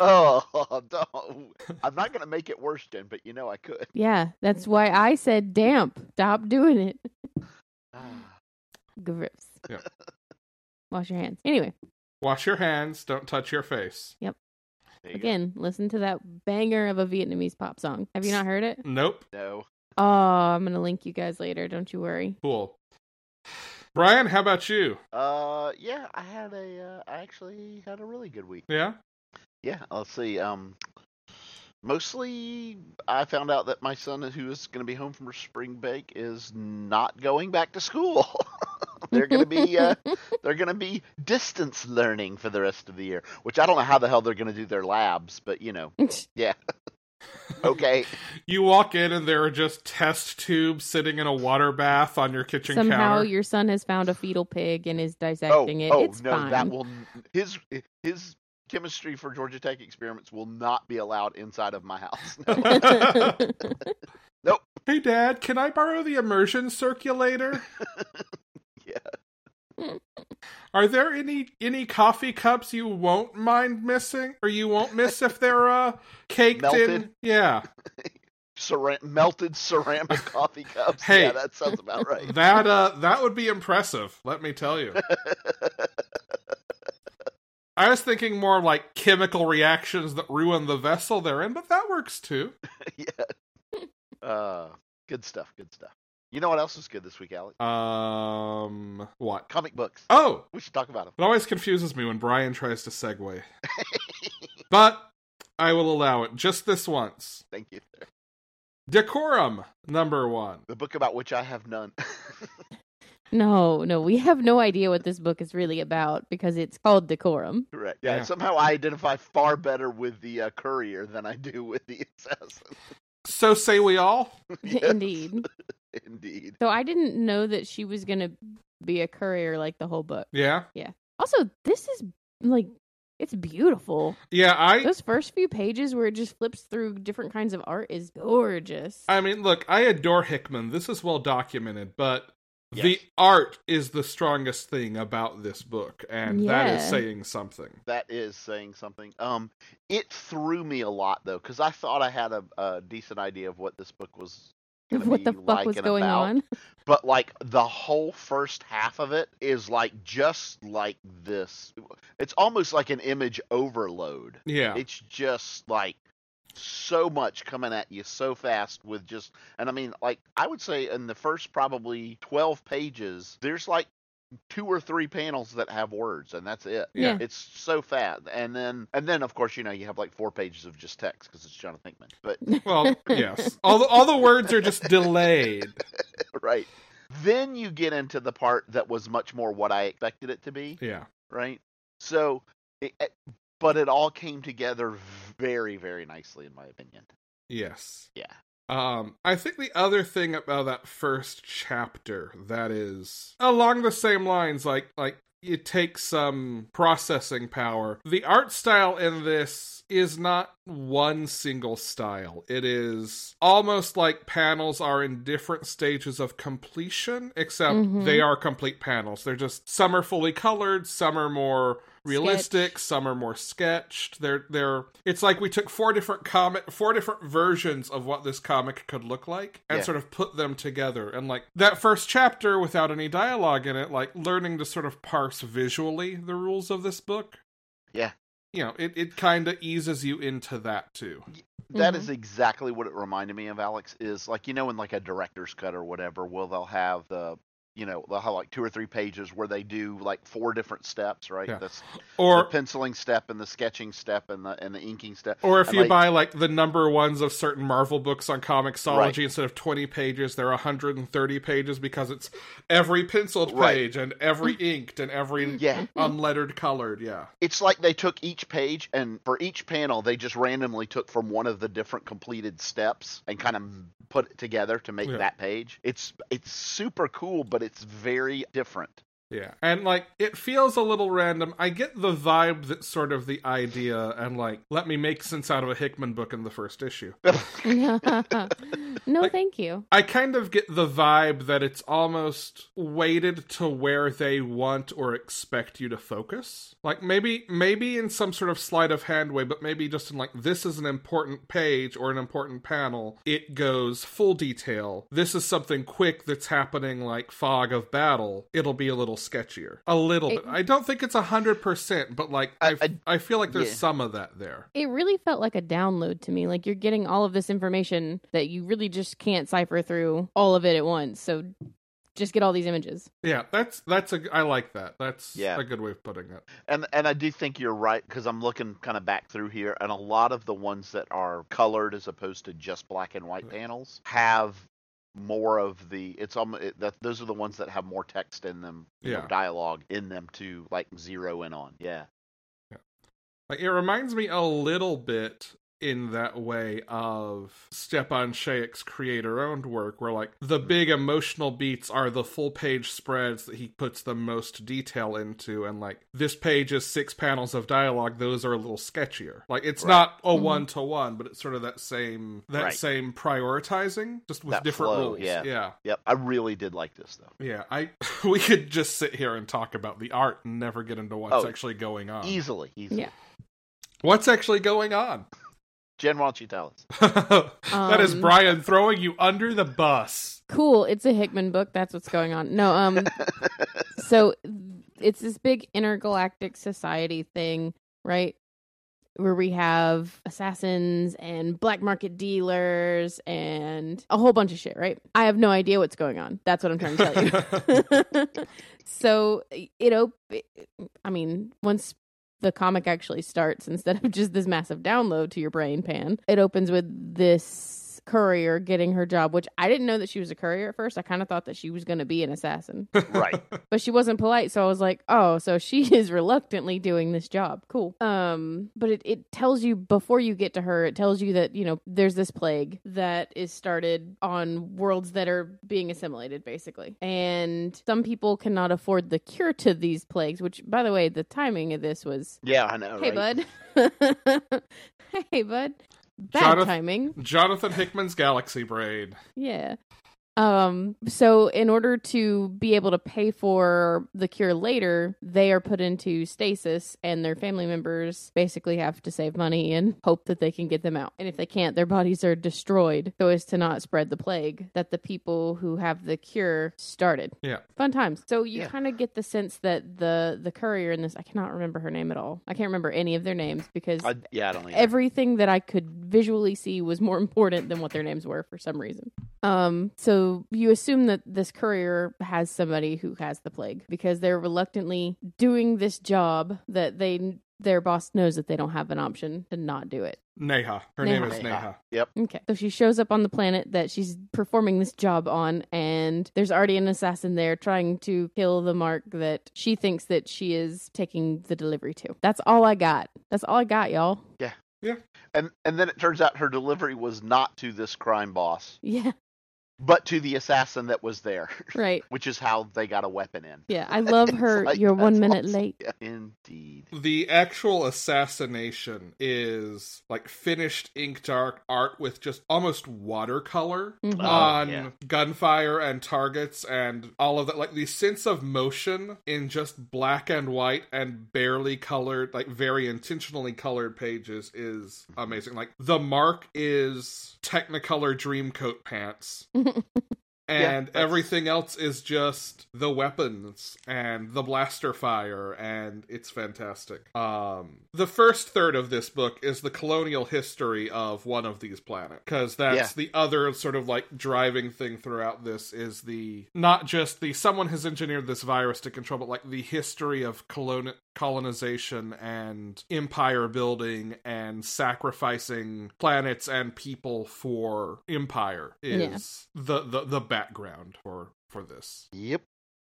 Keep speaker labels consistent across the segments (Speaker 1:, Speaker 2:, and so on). Speaker 1: oh, don't. I'm not going to make it worse, Jen, but you know I could.
Speaker 2: Yeah, that's why I said damp. Stop doing it.
Speaker 1: Ah,
Speaker 2: Grips.
Speaker 3: Yep.
Speaker 2: Wash your hands. Anyway,
Speaker 3: Wash your hands, don't touch your face.
Speaker 1: there you go.
Speaker 2: again, listen to that banger of a Vietnamese pop song. Have you not heard it?
Speaker 3: Nope.
Speaker 1: No.
Speaker 2: Oh, I'm going to link you guys later. Don't you worry.
Speaker 3: Cool. Brian, how about you?
Speaker 1: Uh, yeah, I had a, uh, I actually had a really good week.
Speaker 3: Yeah?
Speaker 1: Yeah, let's see. Um, mostly I found out that my son, who is going to be home from spring break, is not going back to school. they're going to be, uh, they're going to be distance learning for the rest of the year, which I don't know how the hell they're going to do their labs, but you know, okay.
Speaker 3: You walk in and there are just test tubes sitting in a water bath on your kitchen
Speaker 2: Somehow
Speaker 3: counter.
Speaker 2: your son has found a fetal pig and is
Speaker 1: Oh,
Speaker 2: dissecting it.
Speaker 1: oh
Speaker 2: it's
Speaker 1: no,
Speaker 2: fine.
Speaker 1: that will n- his his chemistry for Georgia Tech experiments will not be allowed inside of my house. No.
Speaker 3: Hey, Dad, can I borrow the immersion circulator?
Speaker 2: Yeah.
Speaker 3: Are there any any coffee cups you won't mind missing, or you won't miss if they're uh caked in?
Speaker 1: Melted?
Speaker 3: Yeah,
Speaker 1: Cera- melted ceramic coffee cups.
Speaker 3: Hey.
Speaker 1: Yeah, that sounds about right.
Speaker 3: that uh that would be impressive. Let me tell you. I was thinking more like chemical reactions that ruin the vessel they're in, but that works too.
Speaker 1: yeah. Uh, good stuff. Good stuff. You know what else was good this week, Alex?
Speaker 3: Um, what?
Speaker 1: Comic books.
Speaker 3: Oh,
Speaker 1: We should talk about them.
Speaker 3: It always confuses me when Brian tries to segue. but I will allow it just this once.
Speaker 1: Thank you.
Speaker 3: Decorum number one.
Speaker 1: The book about which I have none.
Speaker 2: no, no, we have no idea what this book is really about because it's called Decorum.
Speaker 1: Correct. Yeah.
Speaker 3: Yeah.
Speaker 1: Somehow I identify far better with the uh, courier than I do with the assassin.
Speaker 3: So say we all.
Speaker 1: Yes,
Speaker 2: Indeed.
Speaker 1: Indeed.
Speaker 2: So I didn't know that she was gonna be a courier like the whole book.
Speaker 3: Yeah.
Speaker 2: Also, this is like it's beautiful.
Speaker 3: Yeah, I
Speaker 2: Those first few pages where it just flips through different kinds of art is gorgeous.
Speaker 3: I mean, look, I adore Hickman. This is well documented, but the
Speaker 1: Yes.
Speaker 3: art is the strongest thing about this book, and that is
Speaker 2: Yeah.
Speaker 3: saying something.
Speaker 1: That is saying something. Um, it threw me a lot though, because I thought I had a, a decent idea of what this book was. gonna
Speaker 2: what the
Speaker 1: be
Speaker 2: fuck
Speaker 1: like
Speaker 2: was
Speaker 1: and
Speaker 2: going
Speaker 1: about.
Speaker 2: on?
Speaker 1: But like the whole first half of it is like just like this. It's almost like an image overload.
Speaker 3: Yeah.
Speaker 1: It's just like so much coming at you so fast with just and I mean like I would say in the first probably 12 pages there's like two or three panels that have words and that's it.
Speaker 3: Yeah.
Speaker 2: Yeah.
Speaker 1: It's so fast. And then and then of course you know you have like four pages of just text cuz it's Jonathan Hickman. But
Speaker 3: Well, yes. All the, all the words are just delayed.
Speaker 1: right. Then you get into the part that was much more what I expected it to be.
Speaker 3: Yeah.
Speaker 1: right? So, it, it- but it all came together very, very nicely, in my opinion.
Speaker 3: Yes.
Speaker 1: Yeah.
Speaker 3: Um, I think the other thing about that first chapter that is along the same lines, like like it takes some processing power. The art style in this is not one single style. It is almost like panels are in different stages of completion, except
Speaker 2: Mhm.
Speaker 3: they are complete panels. They're just some are fully colored, some are more realistic, some are more sketched. They're they're it's like we took four different comic four different versions of what this comic could look like and
Speaker 1: Yeah.
Speaker 3: sort of put them together. And like that first chapter without any dialogue in it, like learning to sort of parse visually the rules of this book.
Speaker 1: Yeah.
Speaker 3: You know, it, it kinda eases you into that too.
Speaker 1: That
Speaker 2: Mhm.
Speaker 1: is exactly what it reminded me of, Alex. Is like you know in like a director's cut or whatever, well they'll have the you know they'll have like two or three pages where they do like four different steps, right?
Speaker 3: Yeah.
Speaker 1: That's the
Speaker 3: Or
Speaker 1: penciling step and the sketching step and the and the inking step.
Speaker 3: Or if
Speaker 1: And,
Speaker 3: you
Speaker 1: like-
Speaker 3: buy like the number ones of certain Marvel books on Comixology,
Speaker 1: Right.
Speaker 3: instead of twenty pages, they're hundred and thirty pages because it's every penciled
Speaker 1: Right.
Speaker 3: page and every inked and every
Speaker 1: Yeah,
Speaker 3: unlettered colored. Yeah,
Speaker 1: it's like they took each page and for each panel they just randomly took from one of the different completed steps and kind of put it together to make
Speaker 3: Yeah.
Speaker 1: that page. It's it's super cool, but it's very different.
Speaker 3: yeah, and like it feels a little random. I get the vibe that sort of the idea and like let me make sense out of a Hickman book in the first issue.
Speaker 2: no, thank you.
Speaker 3: I kind of get the vibe that it's almost weighted to where they want or expect you to focus. Like maybe maybe in some sort of sleight of hand way, but maybe just in like this is an important page or an important panel, it goes full detail. This is something quick that's happening like fog of battle. It'll be a little sketchier. A little
Speaker 2: It-
Speaker 3: bit. I don't think it's a hundred percent, but like
Speaker 1: I-
Speaker 3: I, I, feel like there's
Speaker 1: yeah.
Speaker 3: some of that there.
Speaker 2: It really felt like a download to me. Like you're getting all of this information that you really just can't cipher through all of it at once. So just get all these images.
Speaker 3: Yeah, that's that's a I like that. That's
Speaker 1: Yeah.
Speaker 3: a good way of putting it.
Speaker 1: And and I do think you're right because I'm looking kind of back through here, and a lot of the ones that are colored as opposed to just black and white panels have more of the it's almost it, that those are the ones that have more text in them, you know,
Speaker 3: Yeah.
Speaker 1: dialogue in them to like zero in on. Yeah,
Speaker 3: Like it reminds me a little bit in that way of Stepan Shaik's creator-owned work, where like the
Speaker 1: Hmm.
Speaker 3: big emotional beats are the full-page spreads that he puts the most detail into, and like this page is six panels of dialogue; those are a little sketchier. Like it's
Speaker 1: Right. Mm-hmm.
Speaker 3: not a
Speaker 2: Mhm.
Speaker 3: one-to-one, but it's sort of that same that
Speaker 1: Right.
Speaker 3: same prioritizing, just with
Speaker 1: That
Speaker 3: different
Speaker 1: flow,
Speaker 3: rules.
Speaker 1: yeah.
Speaker 3: yeah,
Speaker 1: yep. I really did like this though.
Speaker 3: yeah. I we could just sit here and talk about the art and never get into what's
Speaker 1: Oh,
Speaker 3: actually going on.
Speaker 1: easily, easily.
Speaker 2: Yeah.
Speaker 3: What's actually going on?
Speaker 1: Jen, why don't you tell us?
Speaker 3: that is
Speaker 2: Um,
Speaker 3: Brian throwing you under the bus.
Speaker 2: Cool. It's a Hickman book. That's what's going on. No, um, so it's this big intergalactic society thing, right? Where we have assassins and black market dealers and a whole bunch of shit, right? I have no idea what's going on. That's what I'm trying to tell you. so it op- I mean, once the comic actually starts, instead of just this massive download to your brain pan, it opens with this courier getting her job, which I didn't know that she was a courier at first. I kind of thought that she was going to be an assassin
Speaker 1: right.
Speaker 2: but she wasn't polite so i was like oh so she is reluctantly doing this job cool um but it, it tells you before you get to her it tells you that you know there's this plague that is started on worlds that are being assimilated basically and some people cannot afford the cure to these plagues which by the way the timing of this was
Speaker 1: Yeah, I know.
Speaker 2: hey
Speaker 1: right?
Speaker 2: bud hey bud bad
Speaker 3: Jonathan-
Speaker 2: timing
Speaker 3: Jonathan Hickman's Galaxy Braid.
Speaker 2: yeah. Um so in order to be able to pay for the cure later, they are put into stasis and their family members basically have to save money and hope that they can get them out. And if they can't, their bodies are destroyed so as to not spread the plague that the people who have the cure started.
Speaker 3: Yeah.
Speaker 2: Fun times. So you
Speaker 1: Yeah.
Speaker 2: kind of get the sense that the the courier in this I cannot remember her name at all. I can't remember any of their names because
Speaker 1: I, yeah, I don't. Either.
Speaker 2: everything that I could visually see was more important than what their names were for some reason. Um, so you assume that this courier has somebody who has the plague because they're reluctantly doing this job that they their boss knows that they don't have an option to not do it.
Speaker 3: Neha. Her name
Speaker 2: Neha.
Speaker 3: is Neha.
Speaker 1: Yep.
Speaker 2: Okay. So she shows up on the planet that she's performing this job on and there's already an assassin there trying to kill the mark that she thinks that she is taking the delivery to. That's all I got. That's all I got, y'all.
Speaker 1: And and then it turns out her delivery was not to this crime boss.
Speaker 2: Yeah.
Speaker 1: but to the assassin that was there,
Speaker 2: Right.
Speaker 1: which is how they got a weapon in.
Speaker 2: Yeah, I love
Speaker 1: It's
Speaker 2: her.
Speaker 1: like,
Speaker 2: You're
Speaker 1: that's
Speaker 2: one minute
Speaker 1: awesome.
Speaker 2: late.
Speaker 1: Yeah, indeed.
Speaker 3: The actual assassination is like finished ink dark art with just almost watercolor
Speaker 2: Mhm.
Speaker 1: Oh,
Speaker 3: on
Speaker 1: yeah.
Speaker 3: gunfire and targets and all of that. Like the sense of motion in just black and white and barely colored, like very intentionally colored pages is amazing. Like the mark is Technicolor Dreamcoat pants. And
Speaker 1: that's-
Speaker 3: everything else is just the weapons and the blaster fire, and it's fantastic. Um, the first third of this book is the colonial history of one of these planets, because that's
Speaker 1: Yeah.
Speaker 3: the other sort of like driving thing throughout this is the not just the someone has engineered this virus to control, but like the history of colon colonization and empire building and sacrificing planets and people for empire
Speaker 2: Yeah.
Speaker 3: is the, the the background for for this.
Speaker 1: Yep.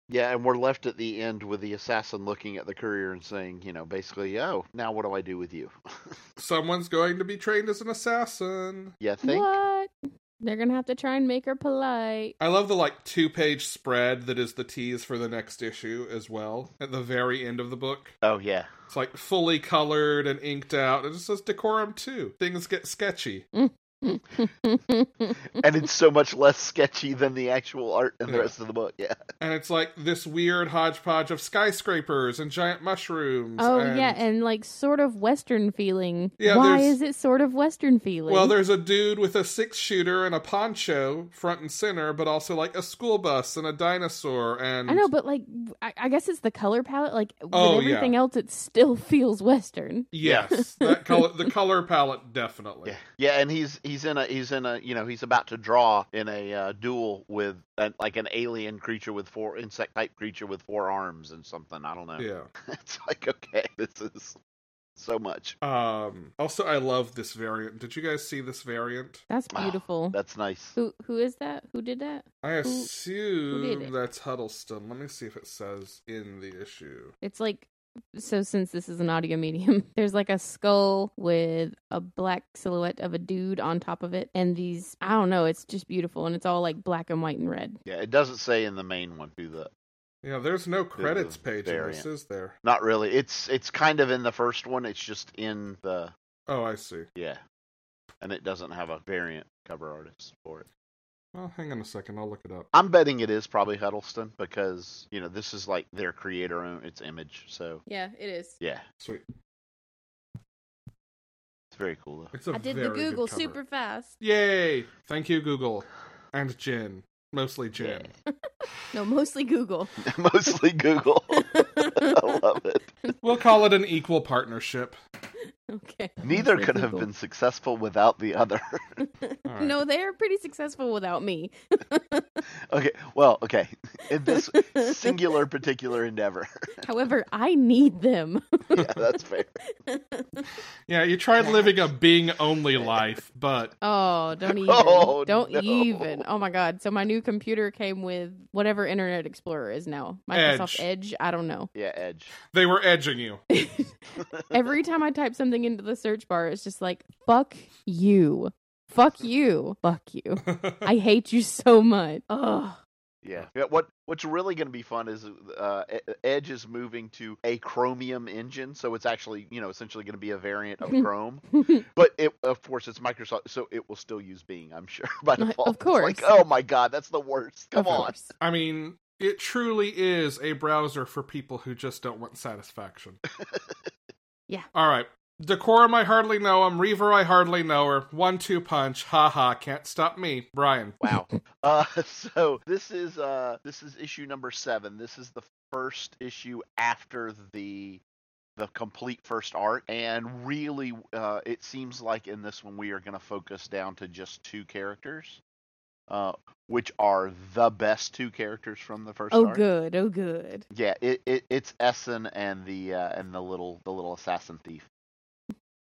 Speaker 1: Yeah, and we're left at the end with the assassin looking at the courier and saying, you know, basically, oh, now what do I do with you?
Speaker 3: Someone's going to be trained as an assassin.
Speaker 1: yeah, think.
Speaker 2: What? They're gonna have to try and make her polite.
Speaker 3: I love the like two page spread that is the tease for the next issue as well at the very end of the book.
Speaker 1: Oh yeah.
Speaker 3: It's like fully colored and inked out. It just says decorum too. Things get sketchy.
Speaker 1: and it's so much less sketchy than the actual art in the
Speaker 3: Yeah.
Speaker 1: rest of the book. Yeah.
Speaker 3: And it's like this weird hodgepodge of skyscrapers and giant mushrooms.
Speaker 2: oh yeah, and like sort of Western feeling.
Speaker 3: Yeah,
Speaker 2: Why
Speaker 3: there's-
Speaker 2: is it sort of Western feeling?
Speaker 3: well, there's a dude with a six shooter and a poncho front and center, but also like a school bus and a dinosaur and
Speaker 2: I know, but like, I, I guess it's the color palette. Like
Speaker 3: Oh,
Speaker 2: with
Speaker 3: yeah.
Speaker 2: everything else, it still feels Western.
Speaker 3: Yes, that color, the color palette definitely.
Speaker 1: Yeah. Yeah, and he's he's in a he's in a you know he's about to draw in a uh, duel with uh like an alien creature with four insect type creature with four arms and something. I don't know.
Speaker 3: yeah.
Speaker 1: it's like okay, this is so much.
Speaker 3: Um also I love this variant. Did you guys see this variant?
Speaker 2: That's
Speaker 1: Wow,
Speaker 2: beautiful.
Speaker 1: Ah, That's nice.
Speaker 2: Who who is that? Who did that?
Speaker 3: I
Speaker 2: Who- who did
Speaker 3: assume
Speaker 2: it?
Speaker 3: that's Huddleston. Let me see if it says in the issue.
Speaker 2: It's like so since this is an audio medium, there's like a skull with a black silhouette of a dude on top of it and these I don't know, it's just beautiful and it's all like black and white and red.
Speaker 1: Yeah, it doesn't say in the main one who the
Speaker 3: Yeah, there's no credits page in this,
Speaker 1: variant.
Speaker 3: is there?
Speaker 1: not really. It's it's kind of in the first one. It's just in the
Speaker 3: Oh, I see.
Speaker 1: yeah, and it doesn't have a variant cover artist for it.
Speaker 3: Well, hang on a second. I'll look it up.
Speaker 1: I'm betting it is probably Huddleston because you know this is like their creator own its image. So
Speaker 2: Yeah, it is.
Speaker 1: yeah,
Speaker 3: Sweet.
Speaker 1: it's very cool though.
Speaker 3: It's a very good cover.
Speaker 2: fast.
Speaker 3: Yay! Thank you, Google and Jin. Mostly Jin.
Speaker 2: No, mostly Google.
Speaker 1: Mostly Google. I love it.
Speaker 3: We'll call it an equal partnership.
Speaker 2: Okay.
Speaker 1: Neither
Speaker 2: Mostly
Speaker 1: could have
Speaker 2: Google.
Speaker 1: been successful without the other.
Speaker 3: All right.
Speaker 2: No, they're pretty successful without me.
Speaker 1: okay, well, okay. In this singular particular endeavor.
Speaker 2: However, I need them.
Speaker 1: yeah, that's fair.
Speaker 3: Yeah, you tried living a Bing only life, but
Speaker 2: Oh, don't even.
Speaker 1: Oh,
Speaker 2: don't
Speaker 1: no.
Speaker 2: even. Oh my god. So my new computer came with whatever Internet Explorer is now. Microsoft Edge, I don't know.
Speaker 1: Yeah, Edge.
Speaker 3: they were edging you.
Speaker 2: Every time I type something into the search bar, it's just like fuck you. Fuck you. Fuck you. I hate you so much. Ugh.
Speaker 1: Yeah. yeah what What's really going to be fun is uh, E- Edge is moving to a Chromium engine, so it's actually you know essentially going to be a variant of
Speaker 2: Mm-hmm.
Speaker 1: Chrome. But it, of course, it's Microsoft, so it will still use Bing, I'm sure by
Speaker 2: Of
Speaker 1: default. It's
Speaker 2: course.
Speaker 1: like, oh my God, that's the worst.
Speaker 2: of
Speaker 1: Come on.
Speaker 2: course.
Speaker 3: I mean, it truly is a browser for people who just don't want satisfaction.
Speaker 2: Yeah.
Speaker 3: All right. Decorum, I hardly know him. Reaver, I hardly know her. One two punch. Ha ha. Can't stop me. Brian.
Speaker 1: Wow. uh, so this is uh, this is issue number seven. This is the first issue after the the complete first arc, and really, uh, it seems like in this one we are going to focus down to just two characters, uh, which are the best two characters from the first
Speaker 2: Oh
Speaker 1: arc.
Speaker 2: good. Oh good.
Speaker 1: Yeah, it, it it's Essen and the uh, and the little the little assassin thief.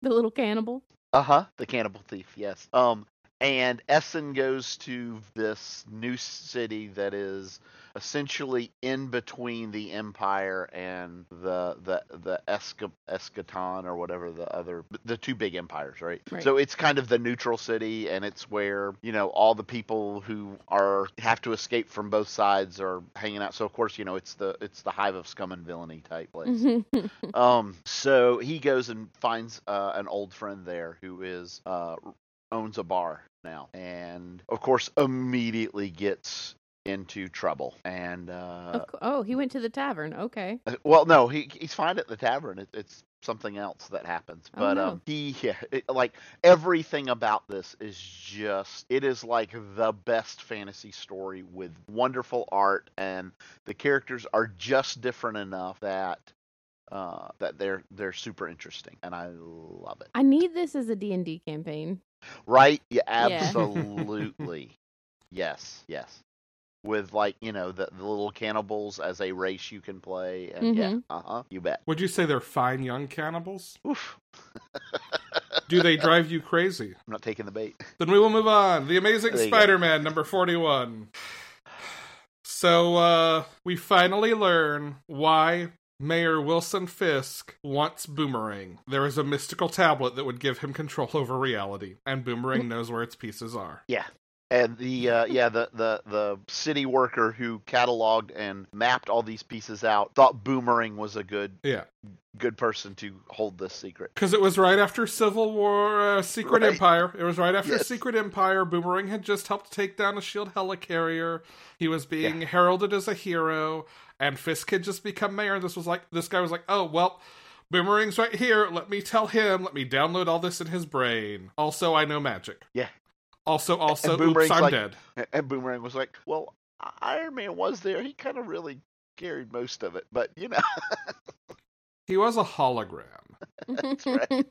Speaker 2: The little cannibal.
Speaker 1: Uh-huh, Uh huh. The cannibal thief. Yes. Um, and Essen goes to this new city that is essentially in between the Empire and the the the Esca, Eschaton or whatever the other the two big empires, right?
Speaker 2: Right.
Speaker 1: So it's kind of the neutral city, and it's where you know all the people who are have to escape from both sides are hanging out. So of course, you know it's the it's the hive of scum and villainy type place.
Speaker 2: Mm-hmm.
Speaker 1: Um, so he goes and finds uh, an old friend there who is uh, owns a bar now, and of course immediately gets into trouble. And uh,
Speaker 2: Of cou- oh, he went to the tavern. Okay.
Speaker 1: uh, well, no, he he's fine at the tavern. It, it's something else that happens,
Speaker 2: Oh,
Speaker 1: but
Speaker 2: no.
Speaker 1: um, he yeah, it, like everything about this is just it is like the best fantasy story with wonderful art, and the characters are just different enough that. Uh, that they're they're super interesting and I love it.
Speaker 2: I need this as a D&D campaign.
Speaker 1: Right? Yeah,
Speaker 2: Yeah.
Speaker 1: absolutely. yes, yes. With like you know the, the little cannibals as a race you can play and yeah,
Speaker 2: Mhm.
Speaker 1: uh huh, you bet.
Speaker 3: Would you say they're fine young cannibals?
Speaker 1: Oof.
Speaker 3: Do they drive you crazy?
Speaker 1: I'm not taking the bait.
Speaker 3: Then we will move on. The Amazing
Speaker 1: There you go.
Speaker 3: Spider Man, number 41. So, uh, we finally learn why Mayor Wilson Fisk wants Boomerang. There is a mystical tablet that would give him control over reality, and
Speaker 1: Mm.
Speaker 3: Boomerang knows where its pieces are.
Speaker 1: And the uh, yeah the, the the city worker who cataloged and mapped all these pieces out thought Boomerang was a good
Speaker 3: Yeah.
Speaker 1: good person to hold this secret.
Speaker 3: Because it was right after Civil War, uh, Secret
Speaker 1: Right.
Speaker 3: Empire. It was right after
Speaker 1: Yes.
Speaker 3: Secret Empire. Boomerang had just helped take down a shield E helicarrier. He was being heralded as a hero, and Fisk had just become mayor. This was like this guy was like, oh well, Boomerang's right here. Let me tell him. Let me download all this in his brain. Also, I know magic.
Speaker 1: Yeah.
Speaker 3: Also, also, oops,
Speaker 1: Boomerang's
Speaker 3: I'm
Speaker 1: like-
Speaker 3: dead.
Speaker 1: A- And Boomerang was like, well, I- Iron Man was there. He kind of really carried most of it, but you know.
Speaker 3: He was a hologram.
Speaker 1: right.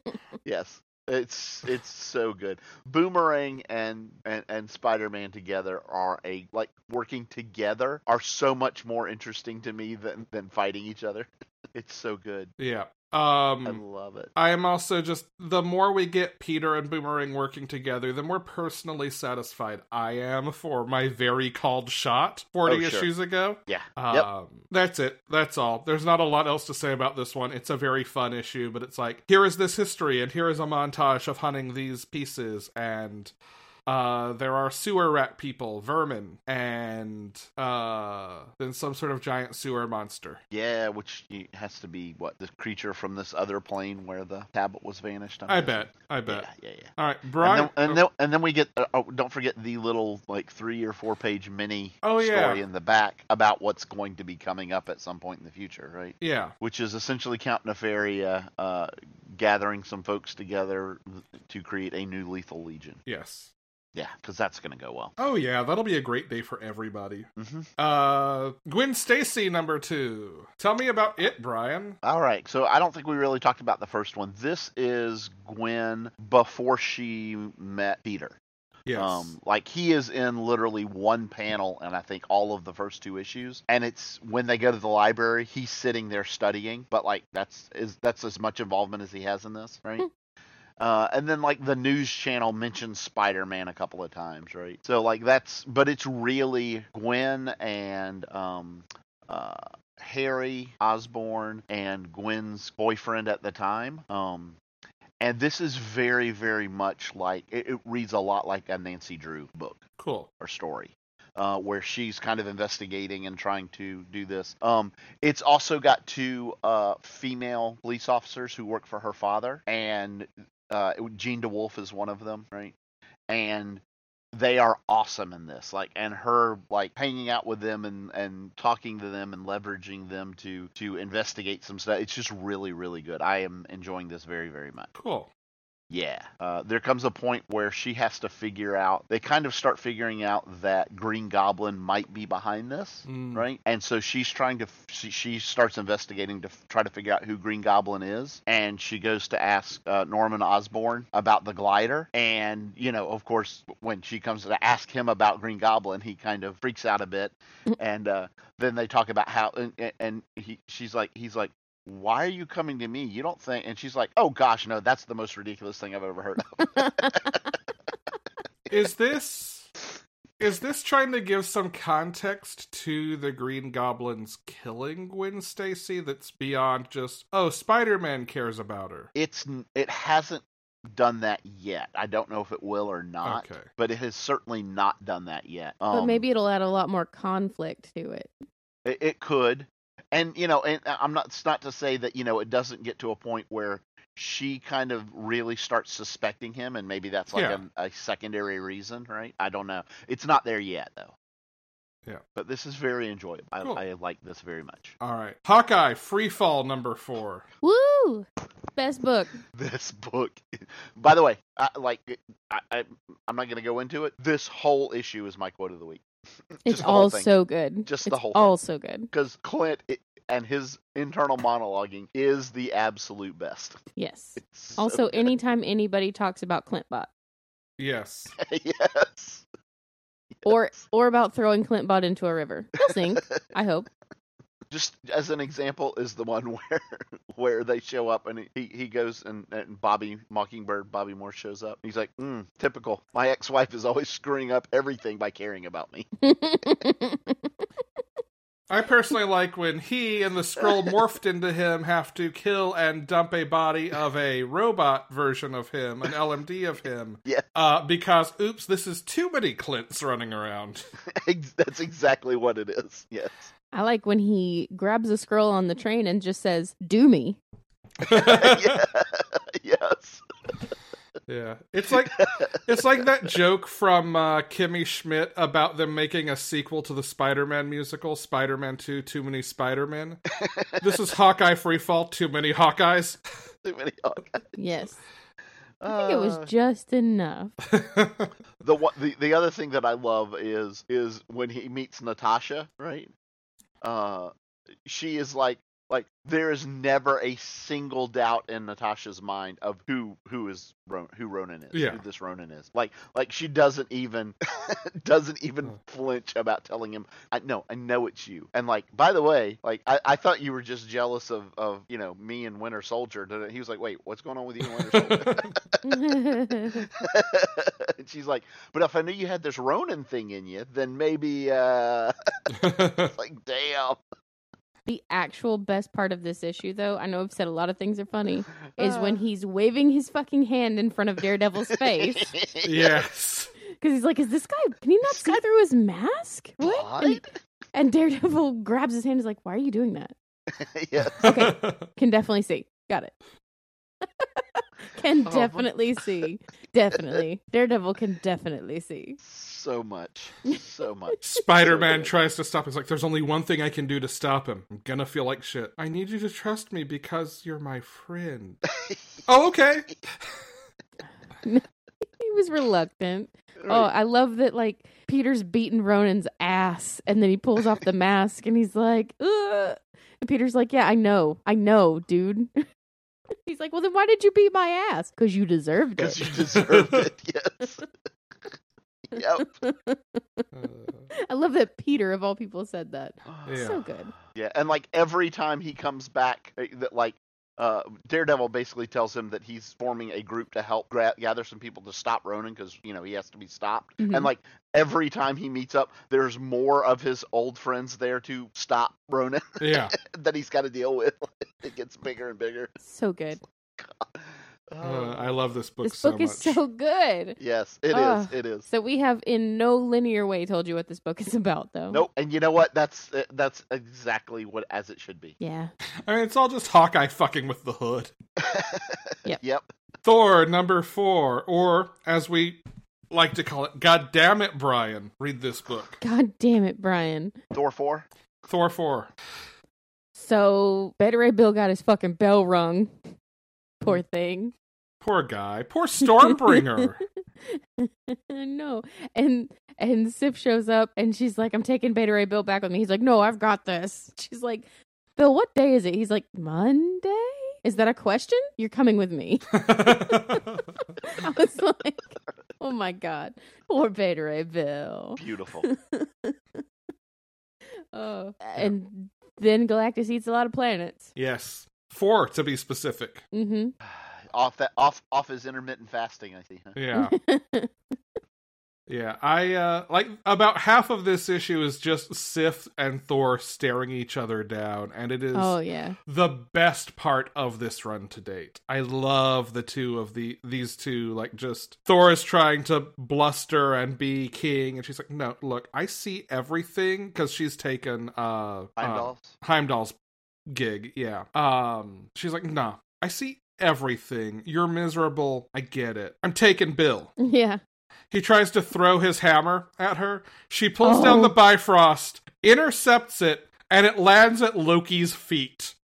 Speaker 1: Yes. It's it's so good. Boomerang and, and and Spider-Man together are a like working together are so much more interesting to me than than fighting each other. It's so good.
Speaker 3: Yeah.
Speaker 1: I
Speaker 3: Um.
Speaker 1: love it.
Speaker 3: I am also just the more we get Peter and Boomerang working together, the more personally satisfied I am for my very called shot 40
Speaker 1: Oh, sure.
Speaker 3: issues ago.
Speaker 1: Yeah.
Speaker 3: Um,
Speaker 1: yep.
Speaker 3: That's it. That's all. There's not a lot else to say about this one. It's a very fun issue, but it's like here is this history, and here is a montage of hunting these pieces, and uh, there are sewer rat people, vermin, and uh, then some sort of giant sewer monster.
Speaker 1: Yeah, which y- has to be what the creature from this other plane where the tablet was vanished. I'm
Speaker 3: I
Speaker 1: guessing.
Speaker 3: bet. I bet.
Speaker 1: Uh, Yeah, yeah, yeah.
Speaker 3: All right, Oh.
Speaker 1: And
Speaker 3: Brian.
Speaker 1: then, and, then, and then we get uh, oh, don't forget the little like three or four page mini
Speaker 3: Oh, yeah.
Speaker 1: story in the back about what's going to be coming up at some point in the future, right?
Speaker 3: yeah.
Speaker 1: which is essentially Count Nefaria uh, gathering some folks together to create a new lethal legion.
Speaker 3: Yes.
Speaker 1: Yeah, because that's going to go well.
Speaker 3: Oh yeah, that'll be a great day for everybody.
Speaker 1: Mhm.
Speaker 3: Uh Gwen Stacy number 2. Tell me about it, Brian.
Speaker 1: All right, so I don't think we really talked about the first one. This is Gwen before she met Peter.
Speaker 3: Yes.
Speaker 1: Um, like he is in literally one panel, and I think all of the first two issues. And it's when they go to the library, he's sitting there studying, but like that's is that's as much involvement as he has in this, right? Uh, and then like the news channel mentions Spider-Man a couple of times, right? So like that's, but it's really Gwen and um, uh, Harry Osborne and Gwen's boyfriend at the time. Um, and this is very, very much like it, it reads a lot like a Nancy Drew book
Speaker 3: cool.
Speaker 1: or story, uh, where she's kind of investigating and trying to do this. Um, it's also got two uh, female police officers who work for her father, and uh, Jean DeWolf is one of them, right? And they are awesome in this like and her like hanging out with them and and talking to them and leveraging them to to investigate some stuff it's just really really good i am enjoying this very very much
Speaker 3: Cool.
Speaker 1: yeah. Uh, there comes a point where she has to figure out, they kind of start figuring out that Green Goblin might be behind this,
Speaker 3: Mm.
Speaker 1: right? And so she's trying to, f- she, she starts investigating to f- try to figure out who Green Goblin is. And she goes to ask uh, Norman Osborn about the glider. And, you know, of course, when she comes to ask him about Green Goblin, he kind of freaks out a bit. and uh, then they talk about how, and, and- and he, she's like, he's like, why are you coming to me? You don't think? And she's like, oh gosh, no, that's the most ridiculous thing I've ever heard of.
Speaker 3: Is this is this trying to give some context to the Green Goblin's killing Gwen Stacy that's beyond just oh Spider-Man cares about her.
Speaker 1: It's n- it hasn't done that yet. I don't know if it will or not,
Speaker 3: Okay.
Speaker 1: but it has certainly not done that yet. Um,
Speaker 2: but maybe it'll add a lot more conflict to it.
Speaker 1: It, it could, and you know, and I- I'm not. It's not to say that you know it doesn't get to a point where she kind of really starts suspecting him, and maybe that's like
Speaker 3: Yeah.
Speaker 1: a, a secondary reason, right? I don't know. It's not there yet, though.
Speaker 3: Yeah.
Speaker 1: But this is very enjoyable. I,
Speaker 3: Cool.
Speaker 1: I like this very much.
Speaker 3: All right. Hawkeye Free Fall number 4.
Speaker 2: Woo! Best book.
Speaker 1: This book, by the way, I, like I, I, I'm not going to go into it. This whole issue is my quote of the week.
Speaker 2: It's
Speaker 1: Just the whole
Speaker 2: all
Speaker 1: thing.
Speaker 2: so good.
Speaker 1: Just
Speaker 2: it's
Speaker 1: the whole thing.
Speaker 2: all so good.
Speaker 1: because Clint i and his internal monologuing is the absolute best.
Speaker 2: Yes.
Speaker 1: It's so
Speaker 2: Also,
Speaker 1: good.
Speaker 2: anytime anybody talks about Clintbot
Speaker 3: Yes.
Speaker 1: yes,
Speaker 2: or or about throwing Clintbot into a river, he'll sink. I hope.
Speaker 1: just as an example is the one where where they show up and he he goes and, and Bobby Mockingbird Bobby Moore shows up. He's like, mm, typical. My ex-wife is always screwing up everything by caring about me.
Speaker 3: I personally like when he and the scroll morphed into him have to kill and dump a body of a robot version of him, an LMD of him.
Speaker 1: Yeah.
Speaker 3: Uh, because, oops, this is too many Clints running around.
Speaker 1: Ex- That's exactly what it is. Yes.
Speaker 2: I like when he grabs a scroll on the train and just says, "Do me."
Speaker 1: yeah. yes.
Speaker 3: Yeah, it's like it's like that joke from uh, Kimmy Schmidt about them making a sequel to the Spider-Man musical, Spider-Man Two: Too Many Spider-Men. This is Hawkeye Freefall, Too Many Hawkeyes.
Speaker 1: Too many. uh, I think
Speaker 2: Yes. I think it
Speaker 1: Uh.
Speaker 2: was just enough.
Speaker 1: the one the, the other thing that I love is is when he meets Natasha, right? Uh she is like like there is never a single doubt in Natasha's mind of who who is Ron, who Ronan is,
Speaker 3: Yeah.
Speaker 1: who this Ronan is. Like like she doesn't even doesn't even
Speaker 3: Huh.
Speaker 1: flinch about telling him, I know, I know it's you. And like by the way, like I, I thought you were just jealous of of, you know, me and Winter Soldier. He was like, "Wait, what's going on with you and Winter Soldier?" and she's like, "But if I knew you had this Ronin thing in you, then maybe." uh It's like, damn.
Speaker 2: the actual best part of this issue, though, I know I've said a lot of things are funny, is
Speaker 1: Uh.
Speaker 2: when he's waving his fucking hand in front of Daredevil's face
Speaker 3: yes.
Speaker 2: because he's like, "Is this guy? Can he not see through his mask?" What? And,
Speaker 1: Blind?
Speaker 2: and Daredevil grabs his hand. Is like, "Why are you doing that?"
Speaker 1: yeah.
Speaker 2: Can definitely see. Got it. can
Speaker 1: Oh, my-
Speaker 2: definitely see. Definitely, Daredevil can definitely see.
Speaker 1: So much. So much.
Speaker 3: Spider-Man
Speaker 1: So good.
Speaker 3: tries to stop. Him. He's like, "There's only one thing I can do to stop him. I'm gonna feel like shit. I need you to trust me because you're my friend." oh, okay.
Speaker 2: He was reluctant. Oh, I love that. Like Peter's beating Ronan's ass, and then he pulls off the mask, and he's like, Ugh. and Peter's like, "Yeah, I know, I know, dude." he's like, "Well, then why did you beat my ass? Because you deserved
Speaker 1: Because
Speaker 2: it."
Speaker 1: you deserved it. Yes. yep.
Speaker 3: Uh,
Speaker 2: I love that Peter, of all people, said that.
Speaker 3: Yeah.
Speaker 2: Oh, So good.
Speaker 1: Yeah, and like every time he comes back, uh, that like uh, Daredevil basically tells him that he's forming a group to help gra- gather some people to stop Ronan because you know he has to be stopped.
Speaker 2: Mhm.
Speaker 1: And like every time he meets up, there's more of his old friends there to stop Ronan
Speaker 3: yeah.
Speaker 1: that he's got to deal with. it gets bigger and bigger. Oh.
Speaker 2: So good.
Speaker 3: Uh, I love this book
Speaker 2: This
Speaker 3: so
Speaker 2: book
Speaker 3: much.
Speaker 2: is so good.
Speaker 1: yes, it is.
Speaker 2: Ugh.
Speaker 1: It is.
Speaker 2: So we have, in no linear way, told you what this book is about, though.
Speaker 1: Nope. And you know what? That's uh, that's exactly what as it should be.
Speaker 2: Yeah.
Speaker 3: I mean, it's all just Hawkeye fucking with the hood.
Speaker 1: Yep.
Speaker 3: Thor number four, or as we like to call it, God damn it, Brian, read this book.
Speaker 2: God damn it, Brian.
Speaker 1: Thor four.
Speaker 3: Thor four.
Speaker 2: So Better Ray Bill got his fucking bell rung. Poor thing.
Speaker 3: Poor guy. Poor Stormbringer.
Speaker 2: no. And and Sip shows up and she's like, I'm taking Beta Ray Bill back with me. He's like, No, I've got this. She's like, Bill, what day is it? He's like, Monday? Is that a question? You're coming with me. I was like, Oh my god. Poor Beta Ray Bill.
Speaker 1: Beautiful.
Speaker 2: Oh. And then Galactus eats a lot of planets.
Speaker 3: yes. Four, to be specific.
Speaker 2: Mm-hmm.
Speaker 1: off that off off his intermittent fasting, I see. Huh?
Speaker 3: Yeah. Yeah, I uh like about half of this issue is just Sif and Thor staring each other down, and it is
Speaker 2: Oh yeah.
Speaker 3: the best part of this run to date. I love the two of the these two like just Thor is trying to bluster and be king, and she's like, "No, look, I see everything," because she's taken uh, uh
Speaker 1: Heimdall's.
Speaker 3: Heimdall's gig. Yeah. Um, she's like, "Nah, I see." Everything. You're miserable. I get it. I'm taking Bill.
Speaker 2: Yeah.
Speaker 3: He tries to throw his hammer at her. She pulls down
Speaker 2: Oh.
Speaker 3: the Bifrost, intercepts it, and it lands at Loki's feet.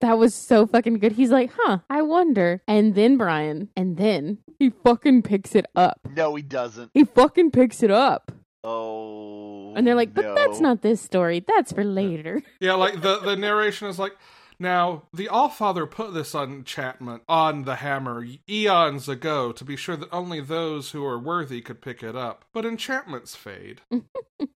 Speaker 2: That was so fucking good. He's like, huh, I wonder. And then Brian, and then he fucking picks it up.
Speaker 1: No, he doesn't.
Speaker 2: He fucking picks it up.
Speaker 1: Oh.
Speaker 2: And they're like, but that's
Speaker 1: no.
Speaker 2: not this story. That's for later.
Speaker 3: Yeah, like the, the narration is like, now the Allfather put this enchantment on the hammer eons ago to be sure that only those who are worthy could pick it up. But enchantments fade.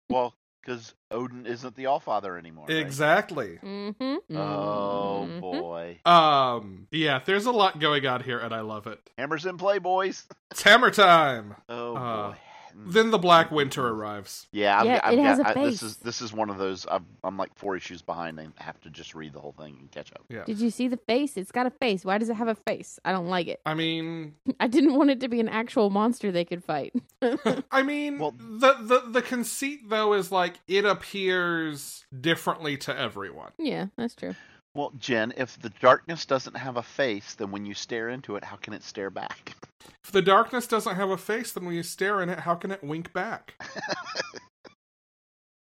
Speaker 1: Well, because Odin isn't the Allfather anymore. right?
Speaker 3: Exactly.
Speaker 2: Mm-hmm.
Speaker 1: Oh boy.
Speaker 3: Um. Yeah, there's a lot going on here, and I love it.
Speaker 1: Hammers in play, boys.
Speaker 3: It's hammer time.
Speaker 1: Oh
Speaker 3: Uh,
Speaker 1: boy.
Speaker 3: Then the Black Winter arrives.
Speaker 1: Yeah, I've,
Speaker 2: Yeah,
Speaker 1: I've
Speaker 2: it has
Speaker 1: got,
Speaker 2: a
Speaker 1: I- this
Speaker 2: face.
Speaker 1: is this is one of those. I'm, I'm like four issues behind. I have to just read the whole thing and catch up.
Speaker 2: Did you see the face? It's got a face. Why does it have a face? I don't like it.
Speaker 3: I mean,
Speaker 2: I didn't want it to be an actual monster they could fight.
Speaker 3: I mean,
Speaker 1: Well-
Speaker 3: the, the the conceit though is like it appears differently to everyone.
Speaker 2: yeah, that's true.
Speaker 1: Well, Jen, if the darkness doesn't have a face, then when you stare into it, how can it stare back?
Speaker 3: If the darkness doesn't have a face, then when you stare in it, how can it wink back?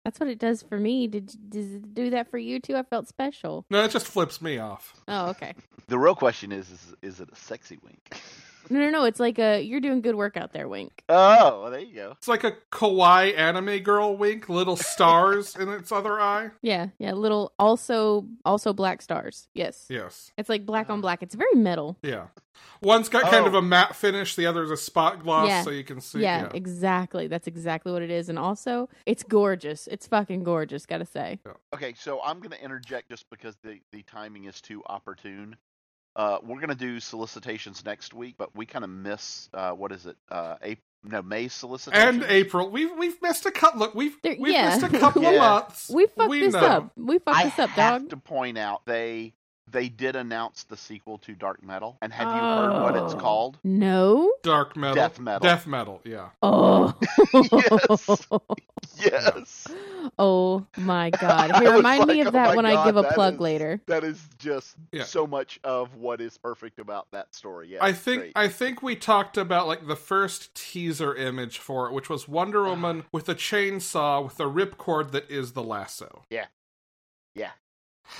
Speaker 2: That's what it does for me. Did, did it do that for you too? I felt special.
Speaker 3: No, it just flips me off.
Speaker 2: Oh, okay.
Speaker 1: the real question is, is, is it a sexy wink?
Speaker 2: No, no, no. It's like a you're doing good work out there, wink.
Speaker 1: oh, well, there you go.
Speaker 3: It's like a kawaii anime girl wink, little stars in its other eye.
Speaker 2: Yeah, yeah. Little also also black stars. Yes,
Speaker 3: Yes.
Speaker 2: it's like black
Speaker 3: Uh-huh.
Speaker 2: on black. It's very metal.
Speaker 3: Yeah. One's got kind
Speaker 1: Oh.
Speaker 3: of a matte finish, the other's a spot gloss,
Speaker 2: Yeah.
Speaker 3: so you can see.
Speaker 2: Yeah,
Speaker 3: Yeah.
Speaker 2: exactly. That's exactly what it is. And also, it's gorgeous. It's fucking gorgeous. Gotta say.
Speaker 1: Okay, so I'm going to interject just because the, the timing is too opportune. Uh, we're going to do solicitations next week, but we kind of miss uh, what is it? Uh, April, no, May solicitation.
Speaker 3: And April, we've we've missed a couple. Look, we've
Speaker 2: There-
Speaker 3: we've
Speaker 2: yeah.
Speaker 3: missed a couple of
Speaker 1: Yeah.
Speaker 3: months.
Speaker 2: We fucked this
Speaker 3: know.
Speaker 2: up. We fucked
Speaker 1: I
Speaker 2: this up,
Speaker 1: have
Speaker 2: dog.
Speaker 1: to point out they they did announce the sequel to Dark Metal, and have you heard what it's
Speaker 2: Oh.
Speaker 1: called?
Speaker 2: No.
Speaker 3: Dark metal,
Speaker 1: Death metal.
Speaker 3: death metal. Yeah.
Speaker 2: Oh.
Speaker 1: Yes. Yes,
Speaker 2: oh my god.
Speaker 1: I
Speaker 2: Hey,
Speaker 1: was
Speaker 2: remind me
Speaker 1: like,
Speaker 2: of
Speaker 1: "Oh
Speaker 2: that
Speaker 1: my
Speaker 2: when I
Speaker 1: God,
Speaker 2: give a
Speaker 1: that
Speaker 2: plug
Speaker 1: is-
Speaker 2: later.
Speaker 1: that is just
Speaker 3: Yeah.
Speaker 1: so much of what is perfect about that story. Yeah,
Speaker 3: I
Speaker 1: it's
Speaker 3: think
Speaker 1: great.
Speaker 3: I think we talked about like the first teaser image for it, which was Wonder
Speaker 1: Uh-huh.
Speaker 3: Woman with a chainsaw with a ripcord that is the lasso.
Speaker 1: Yeah. Yeah.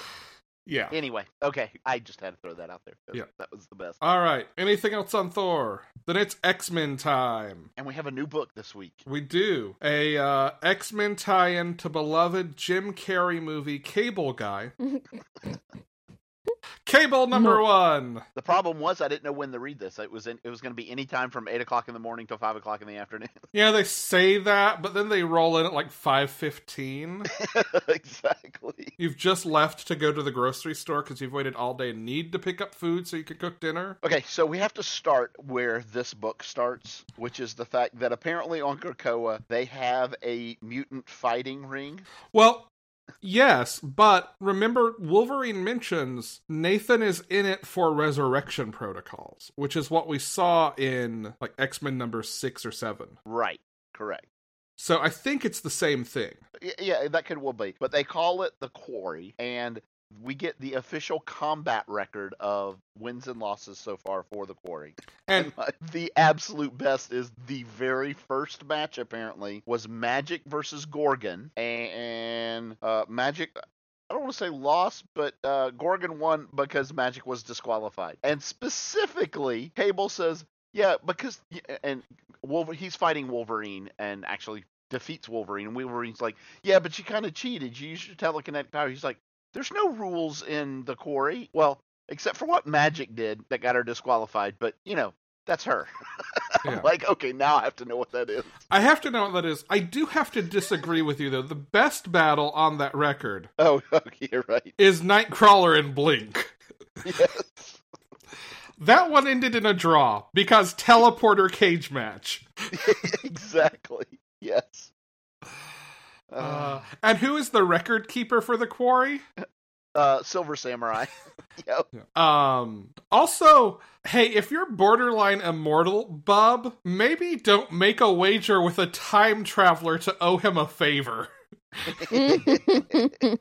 Speaker 3: Yeah.
Speaker 1: Anyway, okay, I just had to throw that out there. 'cause
Speaker 3: Yeah.
Speaker 1: that was the best.
Speaker 3: All right. Anything else on Thor? Then it's X Men time.
Speaker 1: And we have a new book this week.
Speaker 3: We do a uh, X Men tie-in to beloved Jim Carrey movie Cable Guy. Cable number
Speaker 2: No.
Speaker 3: one.
Speaker 1: The problem was I didn't know when to read this. It was in, it was going to be any time from eight o'clock in the morning till five o'clock in the afternoon.
Speaker 3: Yeah, they say that, but then they roll in at like five fifteen.
Speaker 1: exactly.
Speaker 3: You've just left to go to the grocery store because you've waited all day and need to pick up food so you can cook dinner.
Speaker 1: Okay, so we have to start where this book starts, which is the fact that apparently on Krakoa they have a mutant fighting ring.
Speaker 3: Well, yes, but remember, Wolverine mentions Nathan is in it for resurrection protocols, which is what we saw in like X Men number six or seven.
Speaker 1: Right. Correct.
Speaker 3: So I think it's the same thing.
Speaker 1: Y- Yeah, that could well be. But they call it the quarry, and we get the official combat record of wins and losses so far for the quarry.
Speaker 3: And
Speaker 1: Uh, the absolute best is the very first match. Apparently, was Magic versus Gorgon, and uh, Magic. I don't want to say lost, but uh, Gorgon won because Magic was disqualified. And specifically, Cable says, "Yeah, because and Wolver- he's fighting Wolverine and actually defeats Wolverine. And Wolverine's like, yeah, but you kind of cheated. You used your telekinetic power. He's like, there's no rules in the quarry. Well, except for what Magic did that got her disqualified. But you know, that's her. I'm
Speaker 3: Yeah.
Speaker 1: like, okay, now I have to know what that is.
Speaker 3: I have to know what that is. I do have to disagree with you, though. The best battle on that record
Speaker 1: Oh, okay, you're right.
Speaker 3: is Nightcrawler and Blink.
Speaker 1: Yes.
Speaker 3: That one ended in a draw because teleporter cage match.
Speaker 1: exactly. Yes.
Speaker 3: Uh,
Speaker 1: Uh,
Speaker 3: and who is the record keeper for the quarry?
Speaker 1: uh, Silver Samurai. yep.
Speaker 3: Um also, hey, if you're borderline immortal, Bub, maybe don't make a wager with a time traveler to owe him a favor.
Speaker 1: Mm,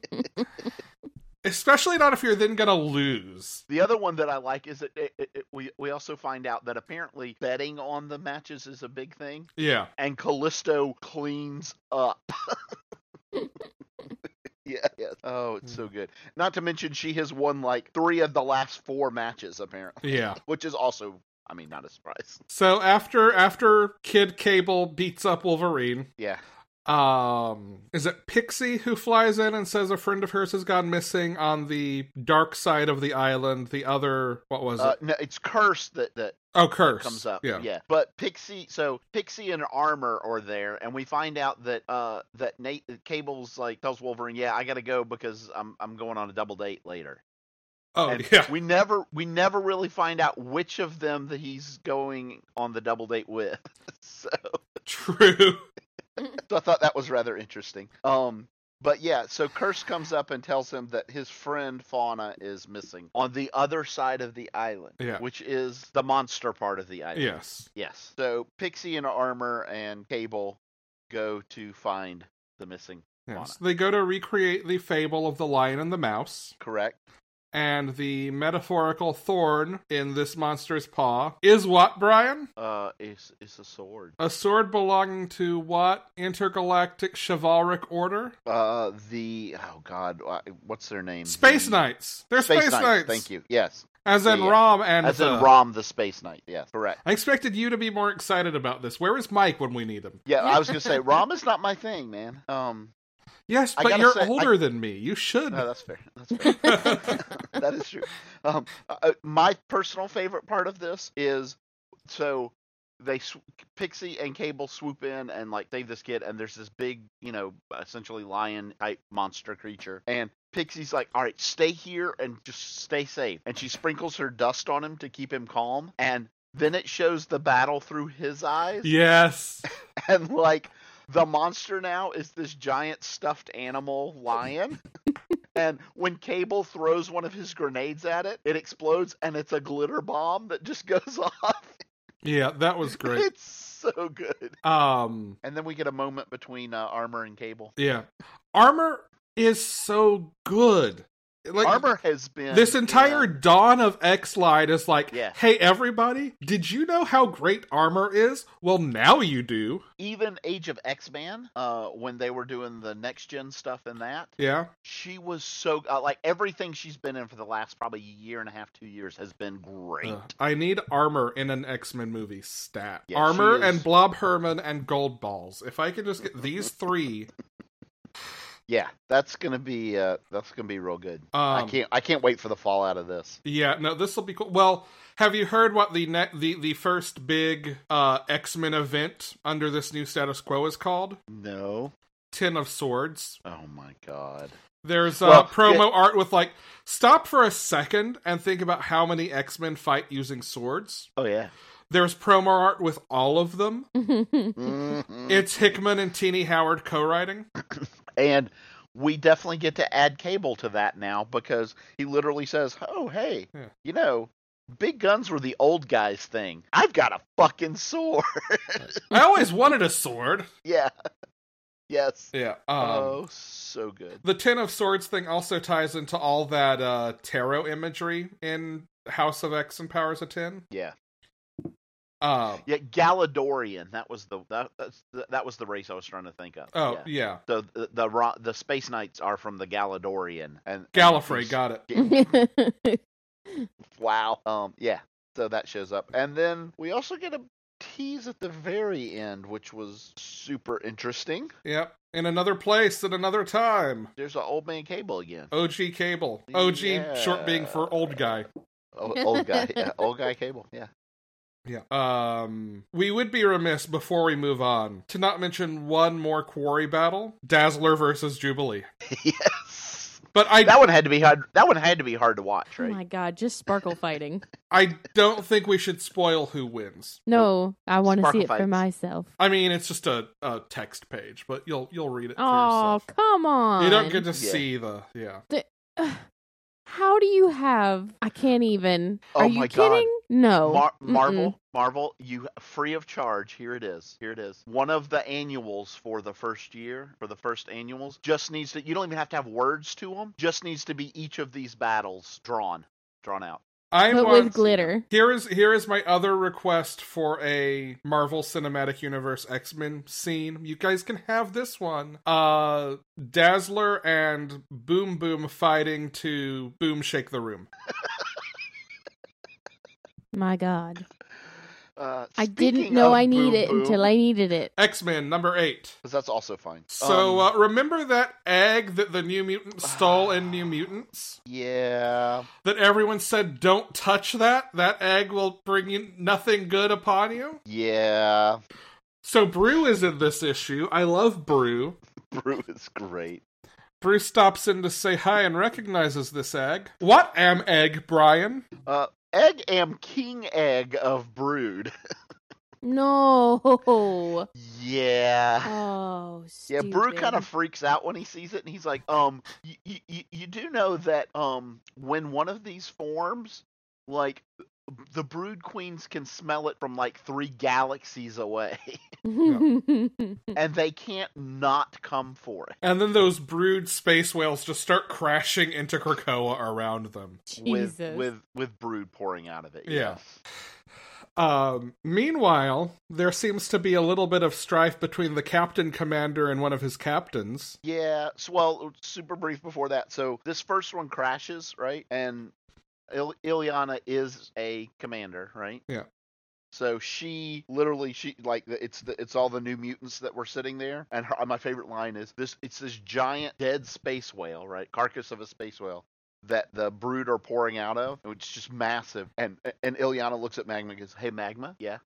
Speaker 3: Especially not if you're then gonna lose.
Speaker 1: The other one that I like is that it, it, it- we we also find out that apparently betting on the matches is a big thing,
Speaker 3: Yeah.
Speaker 1: and Callisto cleans up. yeah, yeah. Oh, it's so good. Not to mention she has won like three of the last four matches apparently,
Speaker 3: Yeah.
Speaker 1: which is also, I mean, not a surprise.
Speaker 3: So after after Kid Cable beats up Wolverine,
Speaker 1: Yeah.
Speaker 3: um is it Pixie who flies in and says a friend of hers has gone missing on the dark side of the island, the other what was
Speaker 1: Uh,
Speaker 3: it?
Speaker 1: no, it's cursed that that
Speaker 3: Oh curse.
Speaker 1: comes up.
Speaker 3: Yeah.
Speaker 1: But Pixie, so Pixie and Armor are there, and we find out that uh that Nate that Cable's like tells Wolverine, "Yeah, I gotta go because I'm I'm going on a double date later."
Speaker 3: Oh
Speaker 1: and
Speaker 3: yeah.
Speaker 1: We never we never really find out which of them that he's going on the double date with. so,
Speaker 3: True.
Speaker 1: so I thought that was rather interesting. Um. But yeah, so Curse comes up and tells him that his friend Fauna is missing on the other side of the island,
Speaker 3: Yeah.
Speaker 1: which is the monster part of the island.
Speaker 3: Yes.
Speaker 1: Yes. So Pixie and Armor and Cable go to find the missing,
Speaker 3: Yes. They go to recreate the fable of the lion and the mouse,
Speaker 1: correct?
Speaker 3: and the metaphorical thorn in this monster's paw is what, Brian?
Speaker 1: Uh it's it's a sword.
Speaker 3: A sword belonging to what intergalactic chivalric order?
Speaker 1: Uh the oh god, wha- what's their name?
Speaker 3: Space
Speaker 1: The-
Speaker 3: Knights. They're
Speaker 1: Space,
Speaker 3: Space,
Speaker 1: Knight.
Speaker 3: Knights.
Speaker 1: Thank you. Yes.
Speaker 3: As in
Speaker 1: Yeah, yeah.
Speaker 3: Rom and
Speaker 1: As
Speaker 3: the-
Speaker 1: in Rom the Space Knight. Yes, correct.
Speaker 3: I expected you to be more excited about this. Where is Mike when we need him?
Speaker 1: Yeah, I was going to say Rom is not my thing, man. Um
Speaker 3: Yes,
Speaker 1: I
Speaker 3: but
Speaker 1: gotta
Speaker 3: you're
Speaker 1: say, I- Uh,
Speaker 3: older than me. You should.
Speaker 1: no, that's fair. That's fair. that is true. Um, uh, uh, my personal favorite part of this is so they sw- Pixie and Cable swoop in and like save this kid, and there's this big, you know, essentially lion type monster creature, and Pixie's like, "All right, stay here and just stay safe," and she sprinkles her dust on him to keep him calm, and then it shows the battle through his eyes,
Speaker 3: yes.
Speaker 1: and like the monster now is this giant stuffed animal lion. and when Cable throws one of his grenades at it, it explodes and it's a glitter bomb that just goes off.
Speaker 3: Yeah, that was great.
Speaker 1: It's so good.
Speaker 3: Um
Speaker 1: And then we get a moment between uh, Armor and Cable.
Speaker 3: yeah. Armor is so good. Like
Speaker 1: Armor has been
Speaker 3: this entire
Speaker 1: in-
Speaker 3: dawn of X Line is like,
Speaker 1: Yeah.
Speaker 3: hey everybody, did you know how great armor is? Well, now you do.
Speaker 1: even Age of X-Man uh when they were doing the next gen stuff and that
Speaker 3: Yeah.
Speaker 1: she was so uh, like everything she's been in for the last probably year and a half 2 years has been great.
Speaker 3: Ugh. I need armor in an X Men movie stat.
Speaker 1: Yeah,
Speaker 3: armor
Speaker 1: she is-
Speaker 3: and Blob Herman and Gold Balls. If I could just get these three,
Speaker 1: Yeah, that's gonna be uh, that's gonna be real good.
Speaker 3: um,
Speaker 1: I can't I can't wait for the fallout of this.
Speaker 3: Yeah, no, this will be cool. Well, have you heard what the ne- the the first big uh, X Men event under this new status quo is called?
Speaker 1: No.
Speaker 3: Ten of Swords.
Speaker 1: Oh my god.
Speaker 3: There's uh,
Speaker 1: Well,
Speaker 3: promo art with like, stop for a second and think about how many X Men fight using swords.
Speaker 1: Oh yeah.
Speaker 3: There's promo art with all of them.
Speaker 1: Mhm.
Speaker 3: It's Hickman and Teeny Howard co-writing.
Speaker 1: and we definitely get to add cable to that now because he literally says, "Oh hey,
Speaker 3: Yeah.
Speaker 1: you know." Big guns were the old guys thing. I've got a fucking sword.
Speaker 3: I always wanted a sword.
Speaker 1: yeah. Yes.
Speaker 3: Yeah. Um,
Speaker 1: oh, so good.
Speaker 3: The Ten of Swords thing also ties into all that uh, tarot imagery in House of X and Powers of Ten.
Speaker 1: Yeah.
Speaker 3: Um,
Speaker 1: Yeah, Galadorian. That was the that, that's the, that was the race I was trying to think of.
Speaker 3: oh
Speaker 1: Yeah.
Speaker 3: yeah.
Speaker 1: So the the, Ro- the space knights are from the Galadorian and
Speaker 3: Gallifrey
Speaker 1: and-
Speaker 3: got it.
Speaker 1: wow. Um, yeah. So that shows up, and then we also get a tease at the very end, which was super interesting.
Speaker 3: Yep, in another place at another time.
Speaker 1: There's an old man cable again.
Speaker 3: OG Cable. OG short being for old guy.
Speaker 1: O- old guy, yeah, old guy cable. Yeah.
Speaker 3: Yeah. Um, we would be remiss before we move on to not mention one more quarry battle: Dazzler versus Jubilee.
Speaker 1: yes.
Speaker 3: But I
Speaker 1: That one had to be hard. That one had to be hard to watch,
Speaker 2: Oh
Speaker 1: right?
Speaker 2: my god, just sparkle fighting.
Speaker 3: I don't think we should spoil who wins.
Speaker 2: No, I want to
Speaker 1: Sparkle
Speaker 2: see it for
Speaker 1: fights.
Speaker 2: myself.
Speaker 3: I mean, it's just a, a text page, but you'll you'll read it for
Speaker 2: Oh,
Speaker 3: yourself.
Speaker 2: come on.
Speaker 3: You don't get to
Speaker 1: Yeah.
Speaker 3: see the yeah.
Speaker 2: How do you have? I can't even.
Speaker 1: Oh
Speaker 2: Are you
Speaker 1: my God.
Speaker 2: kidding? No.
Speaker 1: Mar-
Speaker 2: Mm-mm.
Speaker 1: Marvel, Marvel, you free of charge. Here it is. Here it is. One of the annuals for the first year, for the first annuals, just needs to. You don't even have to have words to them. Just needs to be each of these battles drawn, drawn out.
Speaker 3: I
Speaker 2: But
Speaker 3: want
Speaker 2: with glitter.
Speaker 3: Here is here is my other request for a Marvel Cinematic Universe X-Men scene. You guys can have this one. Uh Dazzler and Boom Boom fighting to Boom Shake the Room.
Speaker 2: My god.
Speaker 1: Uh,
Speaker 2: I didn't
Speaker 1: speaking
Speaker 2: know
Speaker 1: of
Speaker 2: I
Speaker 1: Boom
Speaker 2: needed it
Speaker 1: Boom,
Speaker 2: until I needed it.
Speaker 3: X-Men number 8.
Speaker 1: 'cause that's also fine.
Speaker 3: So
Speaker 1: Um,
Speaker 3: uh, remember that egg that the New Mutants stole in New Mutants?
Speaker 1: yeah,
Speaker 3: That everyone said don't touch that. That egg will bring you nothing good upon you.
Speaker 1: yeah.
Speaker 3: So Brew is in this issue. I love Brew.
Speaker 1: Brew is great.
Speaker 3: Bruce stops in to say hi and recognizes this egg. What am egg, Brian?
Speaker 1: Uh, egg am king egg of brood.
Speaker 2: No.
Speaker 1: Yeah.
Speaker 2: Oh,
Speaker 1: Yeah,
Speaker 2: stupid.
Speaker 1: Brew kind of freaks out when he sees it, and he's like, "Um, y- y- y- you do know that um, when one of these forms, like, the brood queens can smell it from like three galaxies away, and they can't not come for it."
Speaker 3: And then those brood space whales just start crashing into Krakoa around them.
Speaker 2: Jesus.
Speaker 1: With with with brood pouring out of it.
Speaker 3: Yeah.
Speaker 1: yes.
Speaker 3: Um, meanwhile, there seems to be a little bit of strife between the captain commander and one of his captains.
Speaker 1: Yeah. So, well, super brief before that. So this first one crashes, right? And Il- Ileana is a commander, right?
Speaker 3: Yeah.
Speaker 1: So she literally, she like the- it's the, it's all the new mutants that were sitting there, and her, my favorite line is this: it's this giant dead space whale, right? Carcass of a space whale that the brood are pouring out of, which is just massive. And and Ileana looks at Magma and goes, "Hey, Magma, yeah."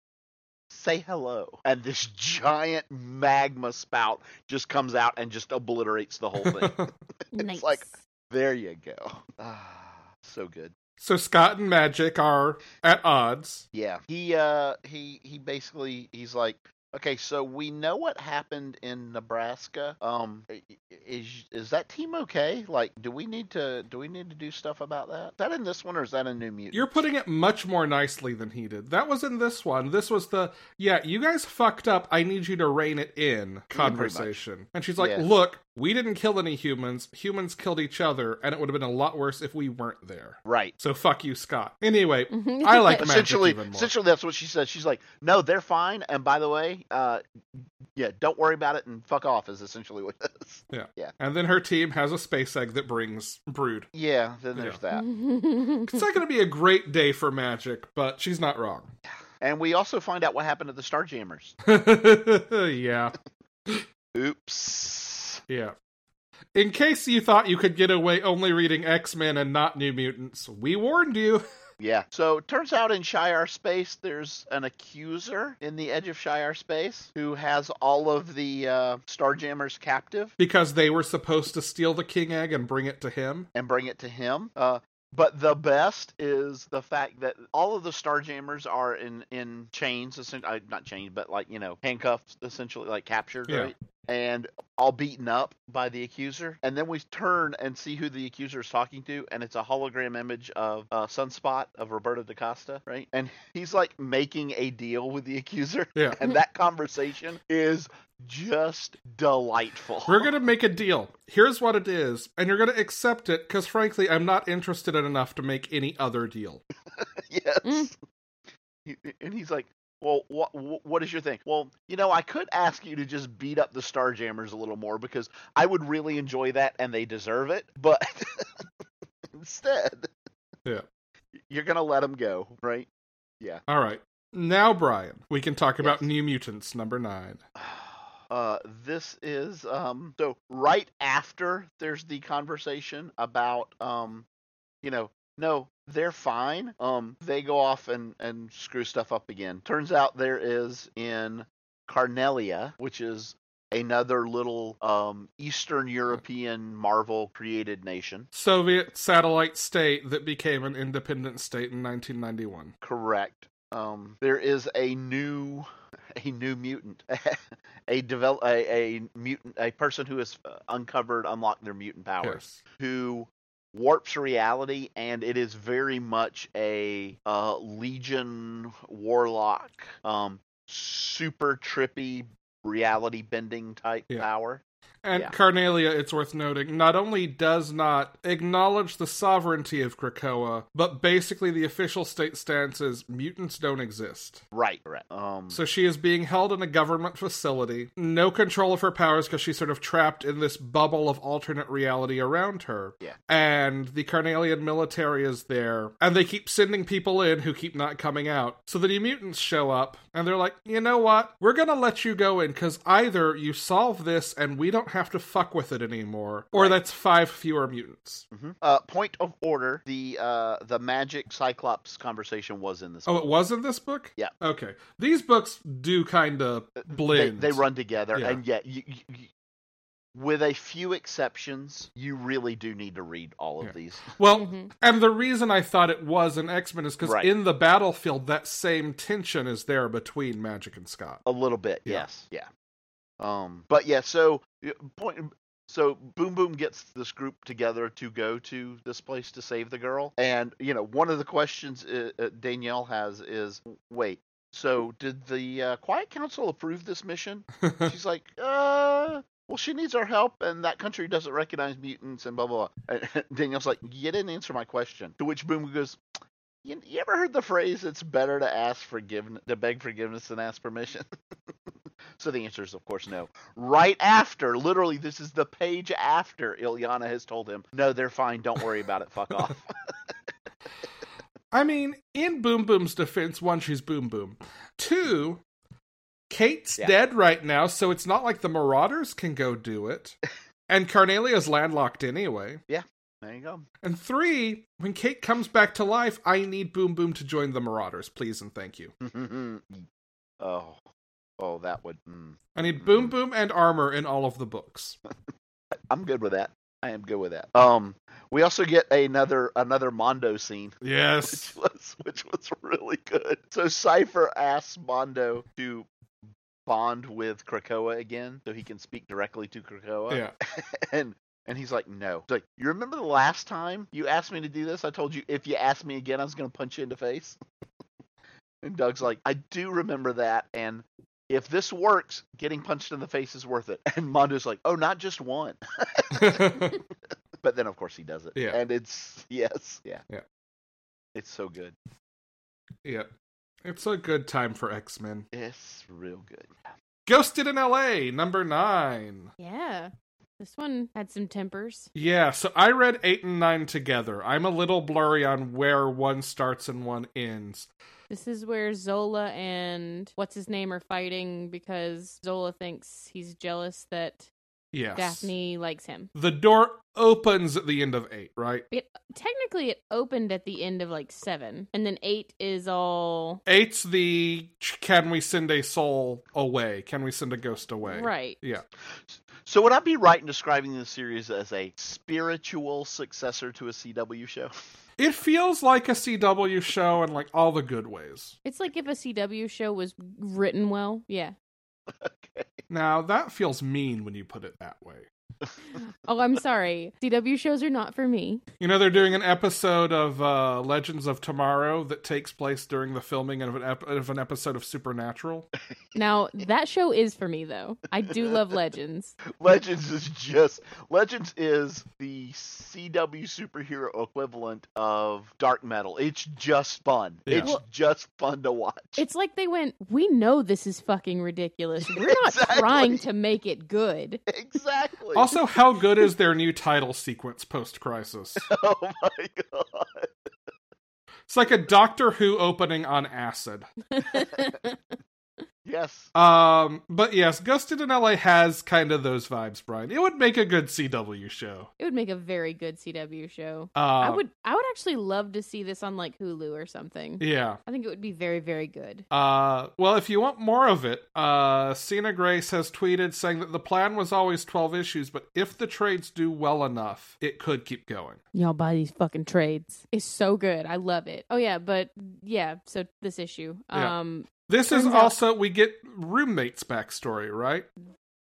Speaker 1: Say hello, and this giant magma spout just comes out and just obliterates the whole thing.
Speaker 2: nice.
Speaker 1: like- There you go. Ah, so good.
Speaker 3: so Scott and Magic are at odds.
Speaker 1: Yeah. He uh he he basically he's like, okay, so we know what happened in Nebraska. Um, i- i- is is that team okay? Like, do we need to do we need to do stuff about that? Is that in this one or is that in New Mutant?
Speaker 3: You're putting it much more nicely than he did. That was in this one. This was the, yeah, you guys fucked up. I need you to rein it in
Speaker 1: pretty much.
Speaker 3: conversation. And she's like,
Speaker 1: Yeah.
Speaker 3: look, we didn't kill any humans. Humans killed each other, and it would have been a lot worse if we weren't there.
Speaker 1: right.
Speaker 3: So fuck you, Scott. Anyway, I like magic
Speaker 1: Essentially,
Speaker 3: even more.
Speaker 1: essentially that's what she said. She's like, no, they're fine. And by the way, uh, yeah, don't worry about it and fuck off is essentially what it is.
Speaker 3: and then her team has a space egg that brings brood.
Speaker 1: Yeah. Then there's
Speaker 2: Mm.
Speaker 1: that.
Speaker 3: It's not going to be a great day for magic, but she's not wrong.
Speaker 1: And we also find out what happened to the Starjammers.
Speaker 3: yeah,
Speaker 1: Oops.
Speaker 3: yeah. In case you thought you could get away only reading X Men and not New Mutants, we warned you.
Speaker 1: Yeah. So it turns out in Shiar space, there's an accuser in the edge of Shiar space who has all of the uh, Starjammers captive
Speaker 3: because they were supposed to steal the king egg and bring it to him.
Speaker 1: and bring it to him. Uh, but the best is the fact that all of the Starjammers are in in chains, essen- uh, not chains, but like you know handcuffed, essentially like captured,
Speaker 3: Yeah.
Speaker 1: right? And all beaten up by the accuser. And then we turn and see who the accuser is talking to, and it's a hologram image of uh, Sunspot of Roberto da Costa, right? And he's like making a deal with the accuser,
Speaker 3: Yeah.
Speaker 1: and that conversation is just delightful.
Speaker 3: We're going to make a deal. Here's what it is, and you're going to accept it because, frankly, I'm not interested in enough to make any other deal.
Speaker 1: yes.
Speaker 2: Mm.
Speaker 1: He- And he's like, "Well, what what is your thing?" Well, you know, I could ask you to just beat up the Starjammers a little more because I would really enjoy that, and they deserve it. But instead,
Speaker 3: Yeah.
Speaker 1: you're gonna let them go, right?
Speaker 3: All right. Now, Brian, we can talk about
Speaker 1: Yes.
Speaker 3: New Mutants number nine.
Speaker 1: Uh, this is um so right after there's the conversation about um you know no they're fine um they go off and and screw stuff up again turns out there is in Carnelia which is another little um, Eastern European Marvel created nation.
Speaker 3: Soviet satellite state that became an independent state in 1991.
Speaker 1: Correct. Um, there is a new a new mutant, a develop a, a mutant, a person who has uh, uncovered, unlocked their mutant powers,
Speaker 3: Yes.
Speaker 1: who warps reality, and it is very much a uh, Legion warlock, um, super trippy reality bending type
Speaker 3: Yeah.
Speaker 1: power.
Speaker 3: And
Speaker 1: Yeah.
Speaker 3: Carnelia, it's worth noting, not only does not acknowledge the sovereignty of Krakoa, but basically the official state stance is mutants don't exist.
Speaker 1: Right, correct. Um,
Speaker 3: So she is being held in a government facility, no control of her powers because she's sort of trapped in this bubble of alternate reality around her.
Speaker 1: Yeah.
Speaker 3: And the Carnelian military is there, and they keep sending people in who keep not coming out. So the new mutants show up, and they're like, you know what? We're gonna let you go in because either you solve this and we don't have to fuck with it anymore, or
Speaker 1: Right.
Speaker 3: that's five fewer mutants.
Speaker 1: mhm. uh, point of order: the uh, the magic Cyclops conversation was in this.
Speaker 3: Oh, it was in this book?
Speaker 1: Yeah.
Speaker 3: Okay. These books do kind of
Speaker 1: they,
Speaker 3: blend.
Speaker 1: they run together,
Speaker 3: Yeah.
Speaker 1: and yet, you, you, you- with a few exceptions, you really do need to read all of
Speaker 3: Yeah.
Speaker 1: these.
Speaker 3: Well,
Speaker 2: Mhm.
Speaker 3: And the reason I thought it was an X Men is because
Speaker 1: Right.
Speaker 3: in the battlefield, that same tension is there between Magic and Scott.
Speaker 1: A little bit,
Speaker 3: Yeah.
Speaker 1: yes, yeah. Um, but yeah, so y- point. So Boom Boom gets this group together to go to this place to save the girl, and you know one of the questions uh, uh, Danielle has is, wait, so did the uh, Quiet Council approve this mission? She's like, uh, well, she needs our help, and that country doesn't recognize mutants, and blah blah. blah. And Danielle's like, you didn't answer my question. To which Boom goes, you, you ever heard the phrase? It's better to ask forgiveness, to beg forgiveness than ask permission. so the answer is, of course, no. Right after, literally, this is the page after Ilyana has told him, no, they're fine. Don't worry about it. Fuck off.
Speaker 3: I mean, in Boom Boom's defense, one, she's Boom Boom. Two, Kate's
Speaker 1: Yeah.
Speaker 3: dead right now, so it's not like the Marauders can go do it. And Carnelia's landlocked anyway.
Speaker 1: there you go.
Speaker 3: And three, when Kate comes back to life, I need Boom Boom to join the Marauders, please and thank you.
Speaker 1: oh, oh, that would. Mm.
Speaker 3: I need Boom Boom and armor in all of the books.
Speaker 1: I'm good with that. I am good with that. Um, we also get another another Mondo scene,
Speaker 3: Yes.
Speaker 1: which was which was really good. So Cipher asks Mondo to bond with Krakoa again, so he can speak directly to Krakoa.
Speaker 3: Yeah.
Speaker 1: And and he's like, no. He's like, you remember the last time you asked me to do this? I told you if you asked me again, I was gonna punch you in the face. and Doug's like, I do remember that, and if this works, getting punched in the face is worth it. And Mondo's like, oh, not just one. But then, of course, he does it.
Speaker 3: Yeah.
Speaker 1: And it's yes, yeah,
Speaker 3: Yeah.
Speaker 1: It's so good.
Speaker 3: yeah. It's a good time for X Men.
Speaker 1: It's real good.
Speaker 3: Ghosted in LA, number nine.
Speaker 2: Yeah. This one had some tempers.
Speaker 3: Yeah, so I read eight and nine together. I'm a little blurry on where one starts and one ends.
Speaker 2: This is where Zola and what's his name are fighting because Zola thinks he's jealous that
Speaker 3: Yes.
Speaker 2: Daphne likes him.
Speaker 3: The door opens at the end of eight, right?
Speaker 2: Technically, it opened at the end of like seven, and then eight is all
Speaker 3: Eight's the ch- can we send a soul away? Can we send a ghost away?
Speaker 2: right.
Speaker 3: Yeah.
Speaker 1: So would I be right in describing this series as a spiritual successor to a CW show?
Speaker 3: It feels like a CW show in like all the good ways.
Speaker 2: It's like if a CW show was written well. Yeah.
Speaker 1: okay.
Speaker 3: Now, that feels mean when you put it that way.
Speaker 2: Oh, I'm sorry. CW shows are not for me.
Speaker 3: You know, they're doing an episode of uh, Legends of Tomorrow that takes place during the filming of an, ep- of an episode of Supernatural.
Speaker 2: Now, that show is for me, though. I do love Legends.
Speaker 1: Legends is just Legends is the CW superhero equivalent of dark metal. It's just fun.
Speaker 3: Yeah.
Speaker 1: It's
Speaker 2: Well-
Speaker 1: just fun to watch.
Speaker 2: It's like they went, we know this is fucking ridiculous. We're not
Speaker 1: Exactly.
Speaker 2: trying to make it good.
Speaker 1: exactly.
Speaker 3: Also, how good is their new title sequence post Crisis?
Speaker 1: oh my god.
Speaker 3: It's like a Doctor Who opening on acid.
Speaker 1: Yes.
Speaker 3: Um, but yes, Ghosted in LA has kind of those vibes, Brian. It would make a good CW show.
Speaker 2: It would make a very good CW show.
Speaker 3: Uh,
Speaker 2: I would I would actually love to see this on like Hulu or something.
Speaker 3: Yeah.
Speaker 2: I think it would be very very good.
Speaker 3: Uh, well, if you want more of it, uh, Cena Grace has tweeted saying that the plan was always 12 issues, but if the trades do well enough, it could keep going.
Speaker 2: Y'all buy these fucking trades. It's so good. I love it. Oh yeah, but yeah, so this issue.
Speaker 3: Yeah.
Speaker 2: Um
Speaker 3: This is
Speaker 2: Turns out-
Speaker 3: also, we get roommates' backstory, right?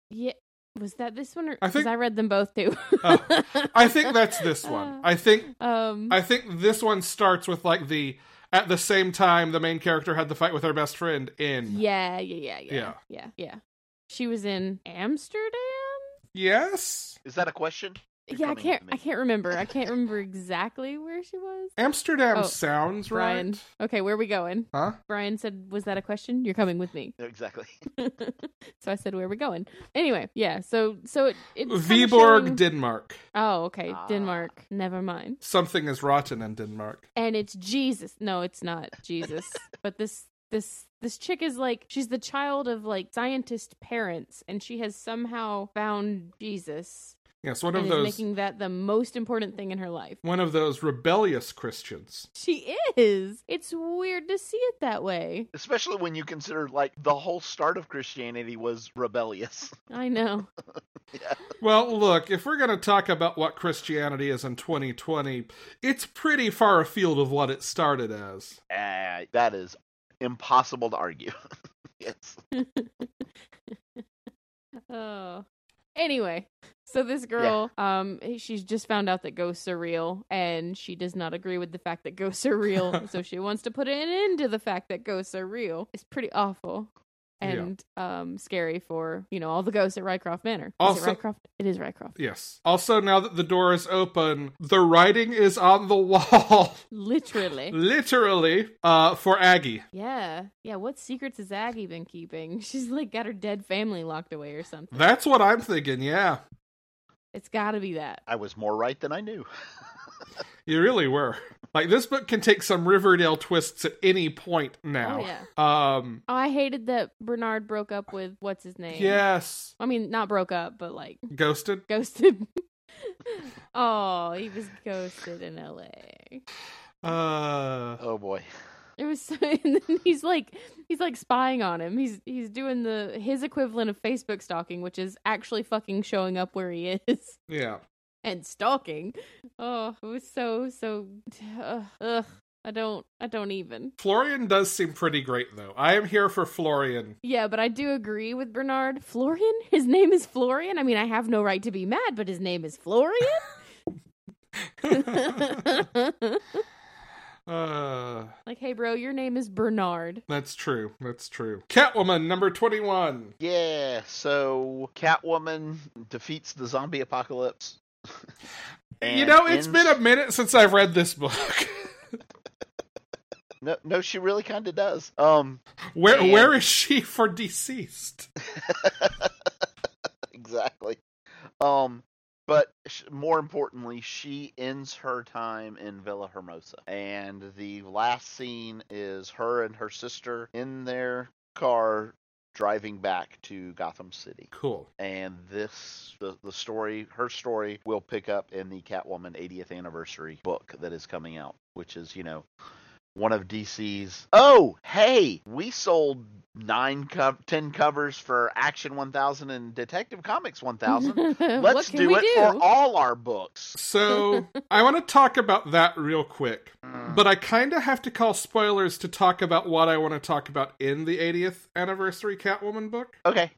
Speaker 2: yeah, was that this one or
Speaker 3: I
Speaker 2: cuz
Speaker 3: think-
Speaker 2: I read them both too. Uh,
Speaker 3: Oh, I think that's this one. I think
Speaker 2: um
Speaker 3: I think this one starts with like the at the same time the main character had the fight with her best friend in
Speaker 2: yeah, yeah, yeah, yeah.
Speaker 3: Yeah.
Speaker 2: Yeah. Yeah. She was in Amsterdam?
Speaker 3: yes
Speaker 1: Is that a question? You're
Speaker 2: yeah, I
Speaker 1: coming with
Speaker 2: can't
Speaker 1: me.
Speaker 2: I can't remember. I can't remember exactly where she was.
Speaker 3: Amsterdam
Speaker 2: Oh,
Speaker 3: sounds
Speaker 2: Brian.
Speaker 3: right
Speaker 2: Okay, where are we going?
Speaker 3: huh
Speaker 2: Brian said, "Was that a question? You're coming with me."
Speaker 1: No, exactly.
Speaker 2: so I said, "Where are we going?" Anyway, yeah. So so it it's kinda
Speaker 3: Viborg
Speaker 2: showing-
Speaker 3: Denmark
Speaker 2: oh, okay,
Speaker 1: Ah.
Speaker 2: Denmark. Never mind.
Speaker 3: something is rotten in Denmark
Speaker 2: And it's Jesus. No, it's not Jesus. but this this this chick is like she's the child of like scientist parents, and she has somehow found Jesus
Speaker 3: yes one
Speaker 2: and
Speaker 3: of
Speaker 2: is
Speaker 3: those
Speaker 2: making that the most important thing in her life.
Speaker 3: one of those rebellious Christians
Speaker 2: She is. It's weird to see it that way.
Speaker 1: Especially when you consider like the whole start of Christianity was rebellious.
Speaker 2: I know.
Speaker 3: well look if we're going to talk about what Christianity is in 2020 it's pretty far afield of what it started as
Speaker 1: Uh, that is impossible to argue. yes.
Speaker 2: Oh. Anyway, so this girl, um, she's just found out that ghosts are real, and she does not agree with the fact that ghosts are real. so she wants to put an end to the fact that ghosts are real. It's pretty awful
Speaker 3: Yeah.
Speaker 2: and um scary for you know all the ghosts at Rycroft Manor. Is
Speaker 3: Also-
Speaker 2: it Rycroft? It is Rycroft.
Speaker 3: yes also now that the door is open the writing is on the wall
Speaker 2: Literally.
Speaker 3: literally uh for aggie
Speaker 2: Yeah, yeah. What secrets has Aggie been keeping? She's like got her dead family locked away or something.
Speaker 3: that's what i'm thinking yeah
Speaker 2: It's got to be that.
Speaker 1: I was more right than I knew.
Speaker 3: you really were like this book can take some riverdale twists at any point now
Speaker 2: Oh yeah.
Speaker 3: um
Speaker 2: Oh, I hated that Bernard broke up with what's his name.
Speaker 3: yes
Speaker 2: I mean, not broke up, but like
Speaker 3: ghosted
Speaker 2: ghosted. oh, he was ghosted in L.A.
Speaker 3: uh
Speaker 1: Oh boy.
Speaker 2: It was so, and then he's like he's like spying on him. He's he's doing the his equivalent of Facebook stalking, which is actually fucking showing up where he is
Speaker 3: yeah
Speaker 2: and stalking. Oh, it was so so. Ugh, ugh, I don't I don't even.
Speaker 3: florian does seem pretty great though i am here for florian
Speaker 2: Yeah, but I do agree with Bernard. Florian? His name is Florian? I mean, I have no right to be mad, but his name is Florian?
Speaker 3: uh
Speaker 2: like, hey, bro, your name is Bernard.
Speaker 3: that's true that's true catwoman number 21
Speaker 1: Yeah. So Catwoman defeats the zombie apocalypse.
Speaker 3: you
Speaker 1: And
Speaker 3: know it's
Speaker 1: ends-
Speaker 3: been a minute since i've read this book
Speaker 1: no, no, she really kind of does. Um,
Speaker 3: where
Speaker 1: And-
Speaker 3: where is she for deceased
Speaker 1: exactly. Um, but sh- more importantly, she ends her time in Villa Hermosa, and the last scene is her and her sister in their car driving back to Gotham City.
Speaker 3: cool
Speaker 1: And this, the, the story, her story, will pick up in the Catwoman 80th anniversary book that is coming out, which is, you know, one of DC's. Oh, hey, we sold nine, co- ten covers for Action 1000 and Detective Comics 1000. Let's
Speaker 2: Let's
Speaker 1: do it for all our books.
Speaker 3: So I want to talk about that real quick,
Speaker 1: Mm,
Speaker 3: but I kind of have to call spoilers to talk about what I want to talk about in the 80th anniversary Catwoman book.
Speaker 1: Okay.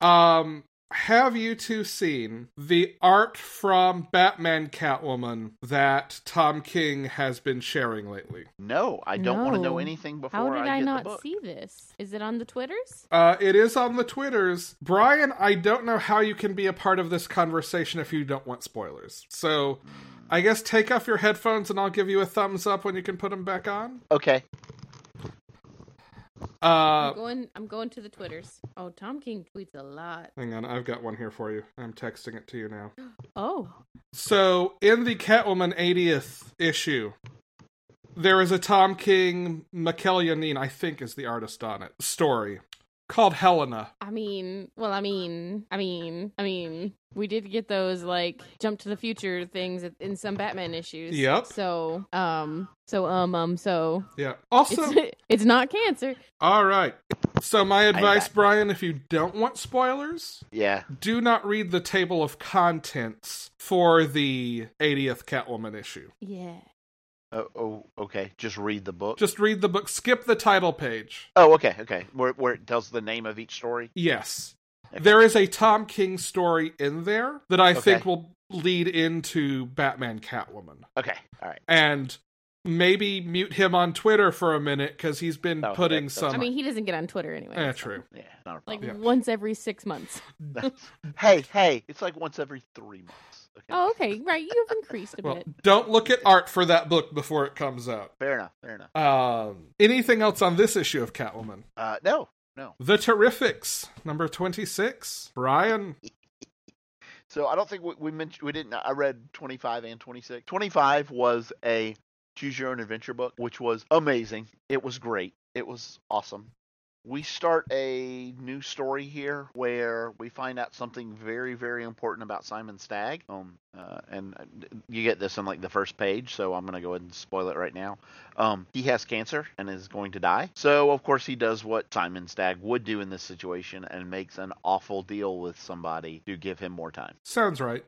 Speaker 3: Um, have you two seen the art from Batman Catwoman that Tom King has been sharing lately?
Speaker 1: No, I don't want to know
Speaker 2: No.
Speaker 1: anything before
Speaker 2: How did
Speaker 1: I,
Speaker 2: I,
Speaker 1: get the
Speaker 2: not
Speaker 1: book.
Speaker 2: see this? Is it on the Twitters?
Speaker 3: Uh, it is on the Twitters. Brian, I don't know how you can be a part of this conversation if you don't want spoilers. So I guess take off your headphones and I'll give you a thumbs up when you can put them back on.
Speaker 1: Okay.
Speaker 3: Uh,
Speaker 2: I'm going. I'm going to the Twitters. Oh, Tom King tweets a lot.
Speaker 3: hang on, I've got one here for you. I'm texting it to you now.
Speaker 2: Oh,
Speaker 3: So, in the Catwoman 80th issue, there is a Tom King, Mikel Yanine, I think is the artist on it, story called Helena.
Speaker 2: I mean, well, I mean, I mean, I mean, we did get those like jump to the future things in some Batman issues.
Speaker 3: Yep.
Speaker 2: So, um, so um, um, so
Speaker 3: Yeah. Also,
Speaker 2: it's, it's not cancer.
Speaker 3: all right. So my advice,
Speaker 1: back.
Speaker 3: Brian, if you don't want spoilers,
Speaker 1: Yeah.
Speaker 3: do not read the table of contents for the 80th Catwoman issue.
Speaker 2: Yeah.
Speaker 1: Oh, oh, okay. Just read the book.
Speaker 3: Just read the book. Skip the title page.
Speaker 1: Oh, okay, okay. Where where it tells the name of each story.
Speaker 3: Yes.
Speaker 1: Okay.
Speaker 3: There is a Tom King story in there that I think
Speaker 1: Okay.
Speaker 3: will lead into Batman Catwoman.
Speaker 1: Okay, all right.
Speaker 3: And maybe mute him on Twitter for a minute because he's been
Speaker 1: Oh,
Speaker 3: putting
Speaker 1: that- that's
Speaker 3: some.
Speaker 2: I mean, he doesn't get on Twitter anyway.
Speaker 3: Eh,
Speaker 2: so-
Speaker 3: true.
Speaker 1: Yeah, not a
Speaker 2: Like
Speaker 1: problem.
Speaker 3: Yeah.
Speaker 2: once every six months.
Speaker 1: hey, hey, it's like once every three months. Okay.
Speaker 2: Oh, okay. Right. You've increased a
Speaker 3: Well,
Speaker 2: bit.
Speaker 3: don't look at art for that book before it comes out.
Speaker 1: Fair enough. Fair enough.
Speaker 3: Um, anything else on this issue of Catwoman?
Speaker 1: Uh, no, no.
Speaker 3: The Terrifics, number 26. Brian,
Speaker 1: So I don't think we, we mentioned we didn't. I read twenty five and twenty six. Twenty five was a choose your own adventure book, which was amazing. It was great. It was awesome. We start a new story here where we find out something very, very important about Simon Stagg. Um, uh, and uh, you get this on like the first page, so I'm gonna go ahead and spoil it right now. Um, he has cancer and is going to die. So of course he does what Simon Stagg would do in this situation and makes an awful deal with somebody to give him more time.
Speaker 3: sounds right.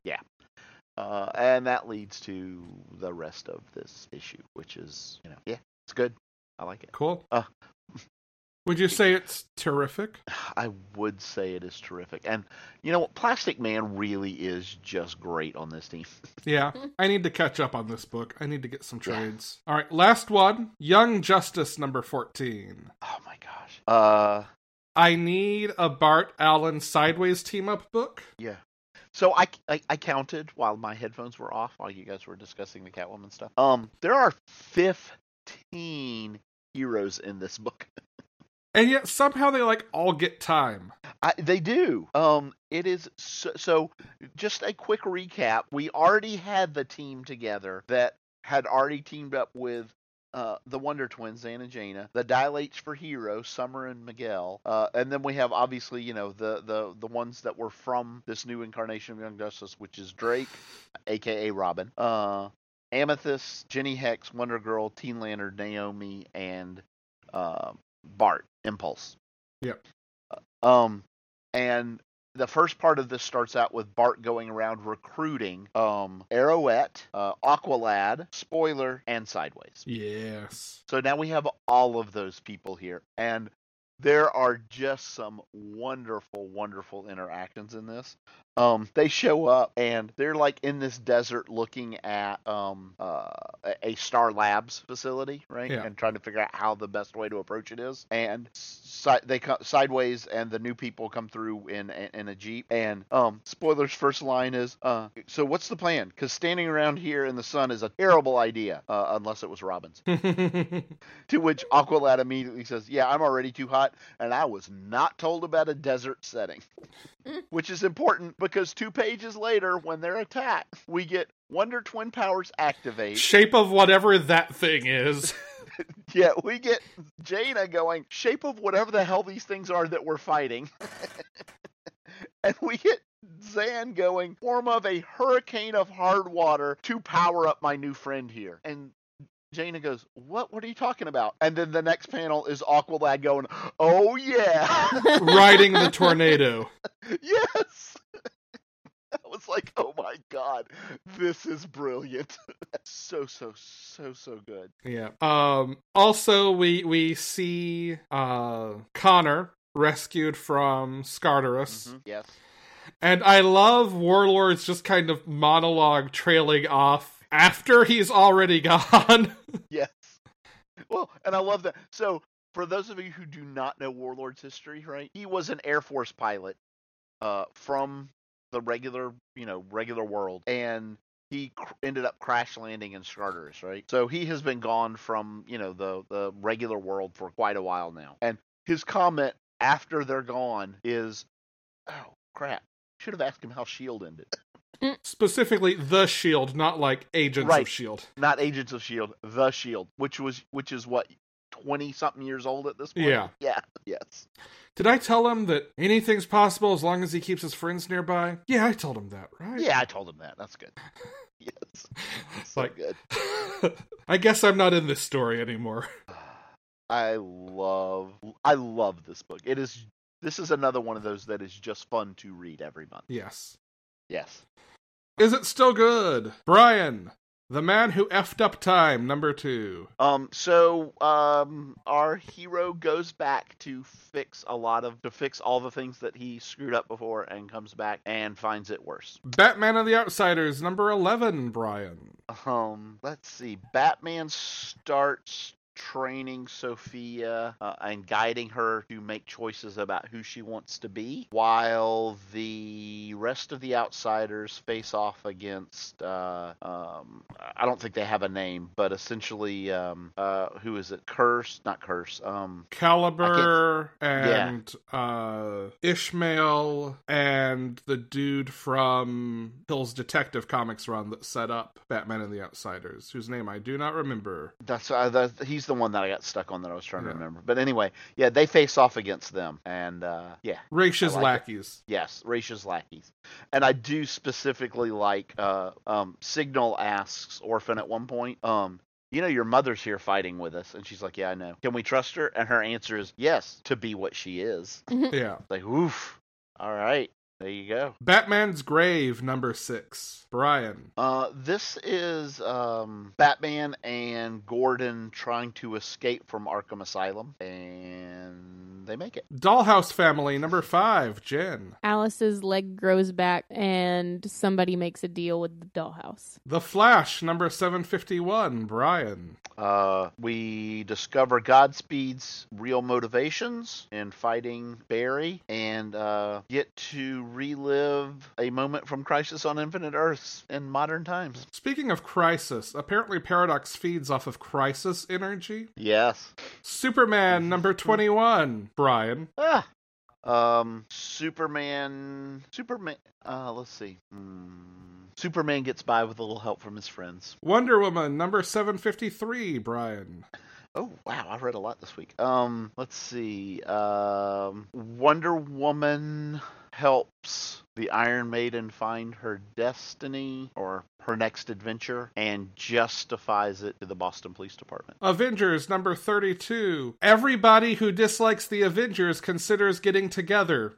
Speaker 1: Uh, and that leads to the rest of this issue, which is you know yeah, it's good. I like it.
Speaker 3: Cool.
Speaker 1: Uh.
Speaker 3: Would you say it's terrific?
Speaker 1: I would say it is terrific. And you know what? Plastic Man really is just great on this team.
Speaker 3: Yeah, I need to catch up on this book. I need to get some trades. All right, last one Young Justice number 14.
Speaker 1: Oh my gosh. Uh,
Speaker 3: I need a Bart Allen sideways team up book.
Speaker 1: so I, I I counted while my headphones were off while you guys were discussing the Catwoman stuff. Um, there are fifteen heroes in this book.
Speaker 3: And yet somehow they like all get time.
Speaker 1: I, they do. Um, it is so, so. Just a quick recap: we already had the team together that had already teamed up with uh, the Wonder Twins, Zan and Jaina, the Dilates for Hero, Summer and Miguel, uh, and then we have obviously you know the the the ones that were from this new incarnation of Young Justice, which is Drake, aka Robin, uh, Amethyst, Jenny Hex, Wonder Girl, Teen Lantern, Naomi, and uh, Bart Impulse.
Speaker 3: Yep.
Speaker 1: Um, and the first part of this starts out with Bart going around recruiting um, Arrowette, uh, Aqualad, Spoiler, and Sideways.
Speaker 3: Yes.
Speaker 1: So now we have all of those people here, and there are just some wonderful, wonderful interactions in this. Um, they show up and they're like in this desert looking at um, uh, a- a Star Labs facility, right?
Speaker 3: Yeah.
Speaker 1: And trying to figure out how the best way to approach it is. And si- they co- sideways, and the new people come through in in a jeep. And um, spoilers, first line is, uh, "So what's the plan? Because standing around here in the sun is a terrible idea, uh, unless it was Robin's." To which Aqualad immediately says, Yeah, I'm already too hot, and I was not told about a desert setting. Which is important because two pages later, when they're attacked, we get Wonder Twin powers activate.
Speaker 3: Shape of whatever that thing is.
Speaker 1: Yeah, we get Jaina going, shape of whatever the hell these things are that we're fighting. and we get Zan going, form of a hurricane of hard water to power up my new friend here. And Jaina goes, What what are you talking about? And then the next panel is Aqualad going, Oh yeah.
Speaker 3: Riding the tornado.
Speaker 1: yes. I was like, oh my god, this is brilliant. so so so so good.
Speaker 3: Yeah. Um also we we see uh Connor rescued from Scarterus.
Speaker 1: Mhm, Yes.
Speaker 3: And I love Warlord's just kind of monologue trailing off after he's already gone.
Speaker 1: Yes. Well, and I love that. So, for those of you who do not know Warlord's history, right? He was an Air Force pilot uh from the regular, you know, regular world and he cr- ended up crash landing in Scarterus, right? So he has been gone from, you know, the the regular world for quite a while now. And his comment after they're gone is, "Oh, crap. Should have asked him how Shield E ended."
Speaker 3: Specifically the shield, not like agents
Speaker 1: Right.
Speaker 3: of shield.
Speaker 1: E not Agents of Shield, the Shield, which was which is what twenty something years old at this point.
Speaker 3: Yeah.
Speaker 1: Yeah. Yes.
Speaker 3: Did I tell him that anything's possible as long as he keeps his friends nearby? Yeah, I told him that, right?
Speaker 1: Yeah, I told him that. That's good. yes. So
Speaker 3: Like-
Speaker 1: good.
Speaker 3: I guess I'm not in this story anymore.
Speaker 1: I love I love this book. It is this is another one of those that is just fun to read every month.
Speaker 3: Yes.
Speaker 1: Yes.
Speaker 3: Is it still good? Brian, the man who effed up time, number two.
Speaker 1: Um, so um, our hero goes back to fix a lot of to fix all the things that he screwed up before, and comes back and finds it worse.
Speaker 3: Batman and the Outsiders, number 11, Brian.
Speaker 1: Um, let's see. Batman starts training Sophia uh, and guiding her to make choices about who she wants to be, while the rest of the outsiders face off against. Uh, um, I don't think they have a name, but essentially, um, uh, who is it? Curse? Not curse. Um,
Speaker 3: Caliber
Speaker 1: Yeah.
Speaker 3: and uh, Ishmael and the dude from Hill's Detective Comics run that set up Batman and the Outsiders, whose name I do not remember.
Speaker 1: That's uh, that, he's the one that I got stuck on that I was trying
Speaker 3: Yeah.
Speaker 1: to remember. But anyway, yeah, they face off against them, and uh, yeah,
Speaker 3: Raish's
Speaker 1: I like it.
Speaker 3: lackeys.
Speaker 1: yes, Raisha's lackeys, and I do specifically like uh, um, Signal asks Orphan at one point, um, you know, your mother's here fighting with us, and she's like, yeah, I know. Can we trust her? And her answer is yes, to be what she is.
Speaker 3: Yeah.
Speaker 1: Like, oof, all right, there you go.
Speaker 3: Batman's Grave, number six. Brian.
Speaker 1: Uh, this is um, Batman and Gordon trying to escape from Arkham Asylum, and they make it.
Speaker 3: Dollhouse Family, number five. Jen.
Speaker 2: Alice's leg grows back, and somebody makes a deal with the dollhouse.
Speaker 3: The Flash, number 751. Brian.
Speaker 1: Uh, we discover Godspeed's real motivations in fighting Barry, and uh, get to relive a moment from Crisis on Infinite Earths in modern times.
Speaker 3: Speaking of Crisis, apparently Paradox feeds off of Crisis energy.
Speaker 1: Yes.
Speaker 3: Superman, number 21. Brian.
Speaker 1: Ah. Um, Superman. Superman. Uh, let's see. Hmm. Superman gets by with a little help from his friends.
Speaker 3: Wonder Woman, number 753. Brian.
Speaker 1: Oh wow, I read a lot this week. Um, let's see. Um, Wonder Woman helps the Iron Maiden find her destiny or her next adventure and justifies it to the Boston Police Department.
Speaker 3: Avengers, number 32. Everybody who dislikes the Avengers considers getting together.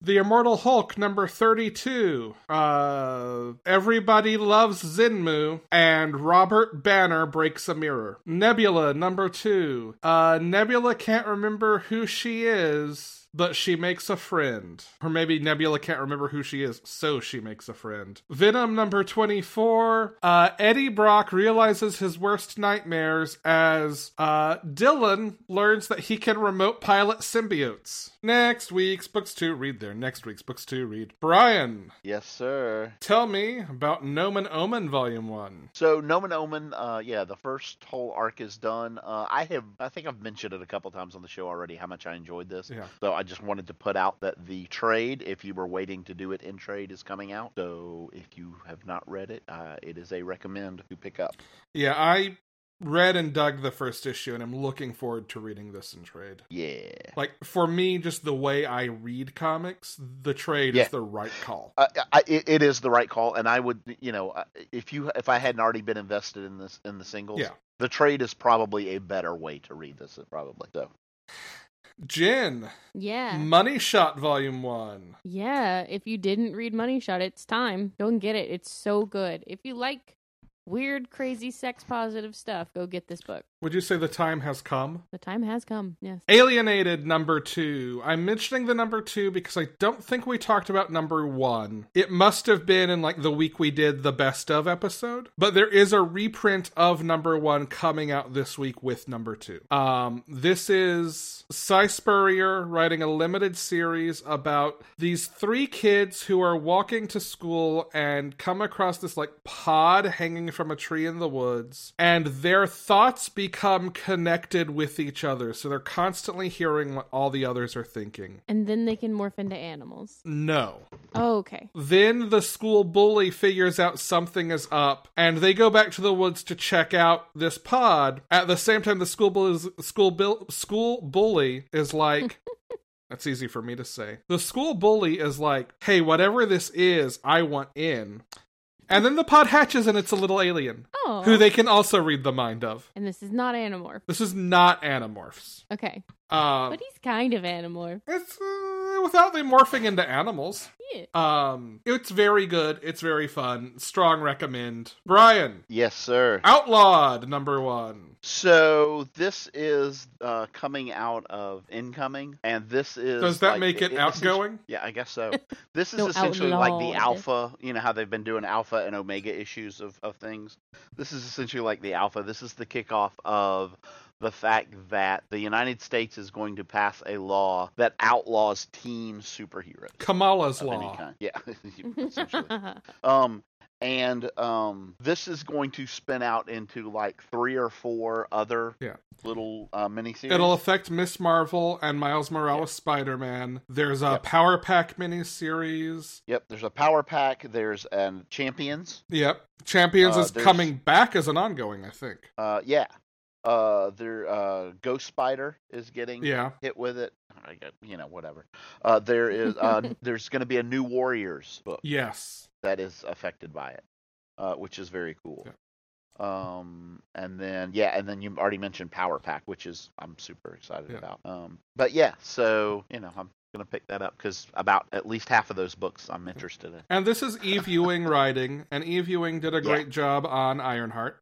Speaker 3: The Immortal Hulk, number 32. Uh, everybody loves Zinmu, and Robert Banner breaks a mirror. Nebula, number 2. Uh, Nebula can't remember who she is, but she makes a friend. Or maybe Nebula can't remember who she is, so she makes a friend. Venom, number 24. Uh, Eddie Brock realizes his worst nightmares as uh, Dylan learns that he can remote pilot symbiotes. Next week's Books to Read there. Next week's Books to Read. Brian,
Speaker 1: Yes, sir.
Speaker 3: tell me about Nomen Omen Volume 1.
Speaker 1: So Nomen Omen, uh, yeah, the first whole arc is done. Uh, I have, I think I've mentioned it a couple times on the show already how much I enjoyed this.
Speaker 3: Yeah.
Speaker 1: So I just wanted to put out that the trade, if you were waiting to do it in trade, is coming out. So if you have not read it, uh, it is a recommend to pick up.
Speaker 3: Yeah, I read and dug the first issue, and I'm looking forward to reading this in trade.
Speaker 1: Yeah.
Speaker 3: Like, for me, just the way I read comics, the trade
Speaker 1: Yeah. Uh,
Speaker 3: is the right call.
Speaker 1: I, I, it it is the right call, and I would, you know, I- if you if I hadn't already been invested in this in the singles,
Speaker 3: Yeah.
Speaker 1: the trade is probably a better way to read this. Probably so.
Speaker 3: Jen,
Speaker 2: Yeah.
Speaker 3: Money Shot Volume 1.
Speaker 2: Yeah, if you didn't read Money Shot, it's time. Go and get it. It's so good. If you like weird, crazy, sex positive stuff, go get this book.
Speaker 3: Would you say the time has come?
Speaker 2: The time has come. Yes.
Speaker 3: Alienated number two. I'm mentioning the number two because I don't think we talked about number one. It must have been in like the week we did the best of episode, but there is a reprint of number one coming out this week with number two. Um, this is Cy Spurrier writing a limited series about these three kids who are walking to school and come across this like pod hanging from a tree in the woods, and their thoughts become connected with each other. So they're constantly hearing what all the others are thinking.
Speaker 2: And then they can morph into animals.
Speaker 3: No.
Speaker 2: Oh, okay.
Speaker 3: Then the school bully figures out something is up, and they go back to the woods to check out this pod. At the same time, the school bully, school bill, school bully is like. That's easy for me to say. The school bully is like, hey, whatever this is, I want in. And then the pod hatches and it's a little alien
Speaker 2: Oh.
Speaker 3: who they can also read the mind of.
Speaker 2: and this is not Animorph.
Speaker 3: This is not Animorphs.
Speaker 2: Okay.
Speaker 1: Um,
Speaker 3: Uh,
Speaker 2: but he's kind of Animorph.
Speaker 3: it's uh, without them morphing into animals.
Speaker 2: Yeah.
Speaker 3: Um, it's very good. It's very fun. Strong recommend. Brian,
Speaker 1: Yes, sir.
Speaker 3: Outlawed number one.
Speaker 1: So this is uh, coming out of incoming, and this is.
Speaker 3: Does that
Speaker 1: like,
Speaker 3: make it,
Speaker 1: essen-
Speaker 3: outgoing?
Speaker 1: Yeah, I guess so. This is
Speaker 2: No,
Speaker 1: essentially like
Speaker 2: outlawed.
Speaker 1: the alpha. You know how they've been doing alpha and omega issues of, of things. This is essentially like the alpha. This is the kickoff of the fact that the United States is going to pass a law that outlaws teen superheroes
Speaker 3: Kamala's
Speaker 1: of any
Speaker 3: law.
Speaker 1: kind. Yeah, essentially. Um, and um, this is going to spin out into like three or four other
Speaker 3: Yeah.
Speaker 1: little uh, miniseries.
Speaker 3: It'll affect Miss Marvel and Miles Morales Spider Man. There's a
Speaker 1: Yep.
Speaker 3: Power Pack miniseries.
Speaker 1: Yep, there's a power pack. There's an champions.
Speaker 3: Yep. Champions
Speaker 1: Uh,
Speaker 3: is
Speaker 1: there's-
Speaker 3: coming back as an ongoing, I think.
Speaker 1: Uh, yeah. Uh, there. Uh, Ghost Spider is getting
Speaker 3: Yeah.
Speaker 1: hit with it. I got, you know, whatever. Uh, there is. Uh, there's going to be a new Warriors book
Speaker 3: Yes.
Speaker 1: that is affected by it, uh, which is very cool.
Speaker 3: Yeah.
Speaker 1: Um, and then yeah, and then you already mentioned Power Pack, which is I'm super excited
Speaker 3: Yeah.
Speaker 1: about. Um, but yeah, so you know I'm gonna pick that up because about at least half of those books I'm interested in.
Speaker 3: And this is Eve Ewing writing, and Eve Ewing did a great job on Ironheart.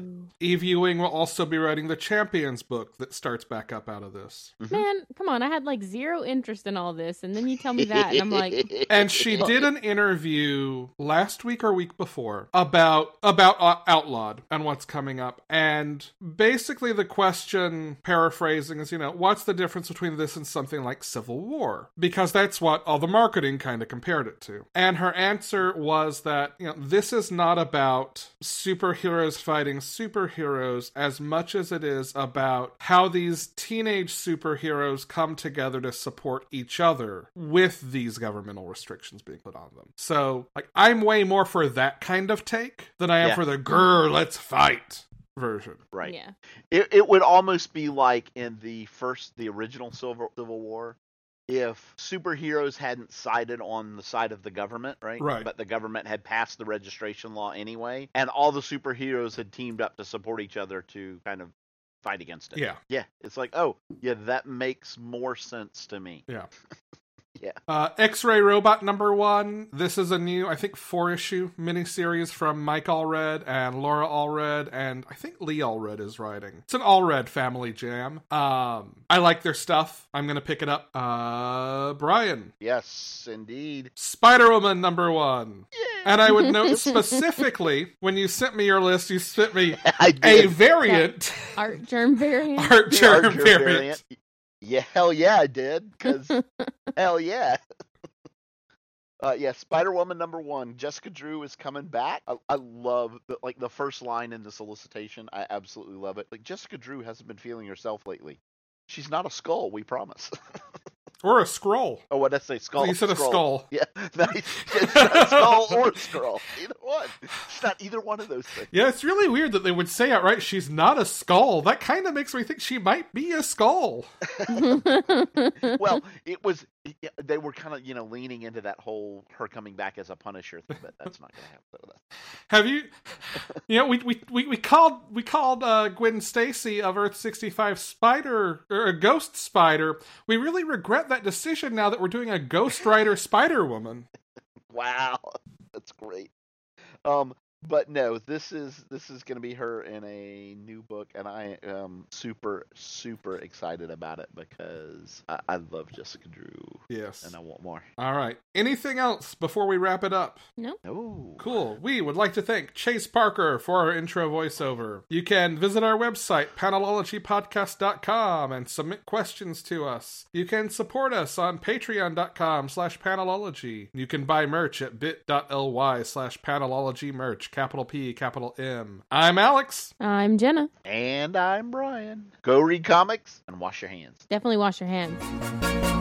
Speaker 2: Ooh.
Speaker 3: Eve Ewing will also be writing the Champions book that starts back up out of this.
Speaker 1: Mhm.
Speaker 2: Man, come on. I had like zero interest in all this. And then you tell me that. And I'm like,
Speaker 3: and she did an interview last week or week before about about Out- outlawed and what's coming up and basically the question paraphrasing is you know what's the difference between this and something like civil war because that's what all the marketing kind of compared it to and her answer was that you know this is not about superheroes fighting superheroes as much as it is about how these teenage superheroes come together to support each other with these governmental restrictions being put on them. So, like, I'm way more for that kind of take than I am
Speaker 1: Yeah.
Speaker 3: for the grr, let's fight version.
Speaker 1: right.
Speaker 2: yeah.
Speaker 1: It, it would almost be like in the first, the original Civil Civil War, if superheroes hadn't sided on the side of the government, right?
Speaker 3: Right.
Speaker 1: But the government had passed the registration law anyway, and all the superheroes had teamed up to support each other to kind of fight against it.
Speaker 3: Yeah.
Speaker 1: Yeah. It's like, oh, yeah, that makes more sense to me.
Speaker 3: Uh, X Ray Robot number one. This is a new, I think, four issue miniseries from Mike Allred and Laura Allred, and I think Lee Allred is writing. It's an Allred family jam. Um, I like their stuff. I'm gonna pick it up. Uh, Brian,
Speaker 1: Yes, indeed.
Speaker 3: Spider Woman number one.
Speaker 1: Yeah.
Speaker 3: And I would note specifically when you sent me your list, you sent me
Speaker 1: I
Speaker 3: a
Speaker 1: did.
Speaker 3: variant
Speaker 2: Art germ variant.
Speaker 3: art germ
Speaker 1: Archer
Speaker 3: variant.
Speaker 1: Yeah, hell yeah, I did. Because Hell yeah. Uh, yeah, Spider Woman number one. Jessica Drew is coming back. I, I love the, like the first line in the solicitation. I absolutely love it. Like Jessica Drew hasn't been feeling herself lately. She's not a skull, we promise.
Speaker 3: or a scroll.
Speaker 1: oh, what did I say? Skull.
Speaker 3: you said
Speaker 1: scroll.
Speaker 3: a skull.
Speaker 1: Yeah, nice. It's not skull or scroll. Either one. It's not either one of those things.
Speaker 3: Yeah, it's really weird that they would say outright she's not a skull. That kind of makes me think she might be a skull.
Speaker 1: well, it was it- yeah, they were kind of you know leaning into that whole her coming back as a Punisher thing, but that's not gonna happen.
Speaker 3: Have you? You know, we we, we, we called we called uh, Gwen Stacy of Earth sixty five Spider or a Ghost Spider. We really regret that decision now that we're doing a Ghost Rider Spider Woman.
Speaker 1: Wow, that's great. Um, but no, this is this is gonna be her in a new book, and I am super super excited about it because I, I love Jessica Drew
Speaker 3: Yes.
Speaker 1: and I want more.
Speaker 3: All right. Anything else before we wrap it up?
Speaker 1: Oh,
Speaker 3: Cool. We would like to thank Chase Parker for our intro voiceover. You can visit our website, panelologypodcast.com, and submit questions to us. You can support us on patreon.com slash panelology. You can buy merch at bit.ly slash panelology H, capital P, capital M. I'm Alex.
Speaker 2: I'm Jenna.
Speaker 1: And I'm Brian. Go read comics and wash your hands.
Speaker 2: Definitely wash your hands.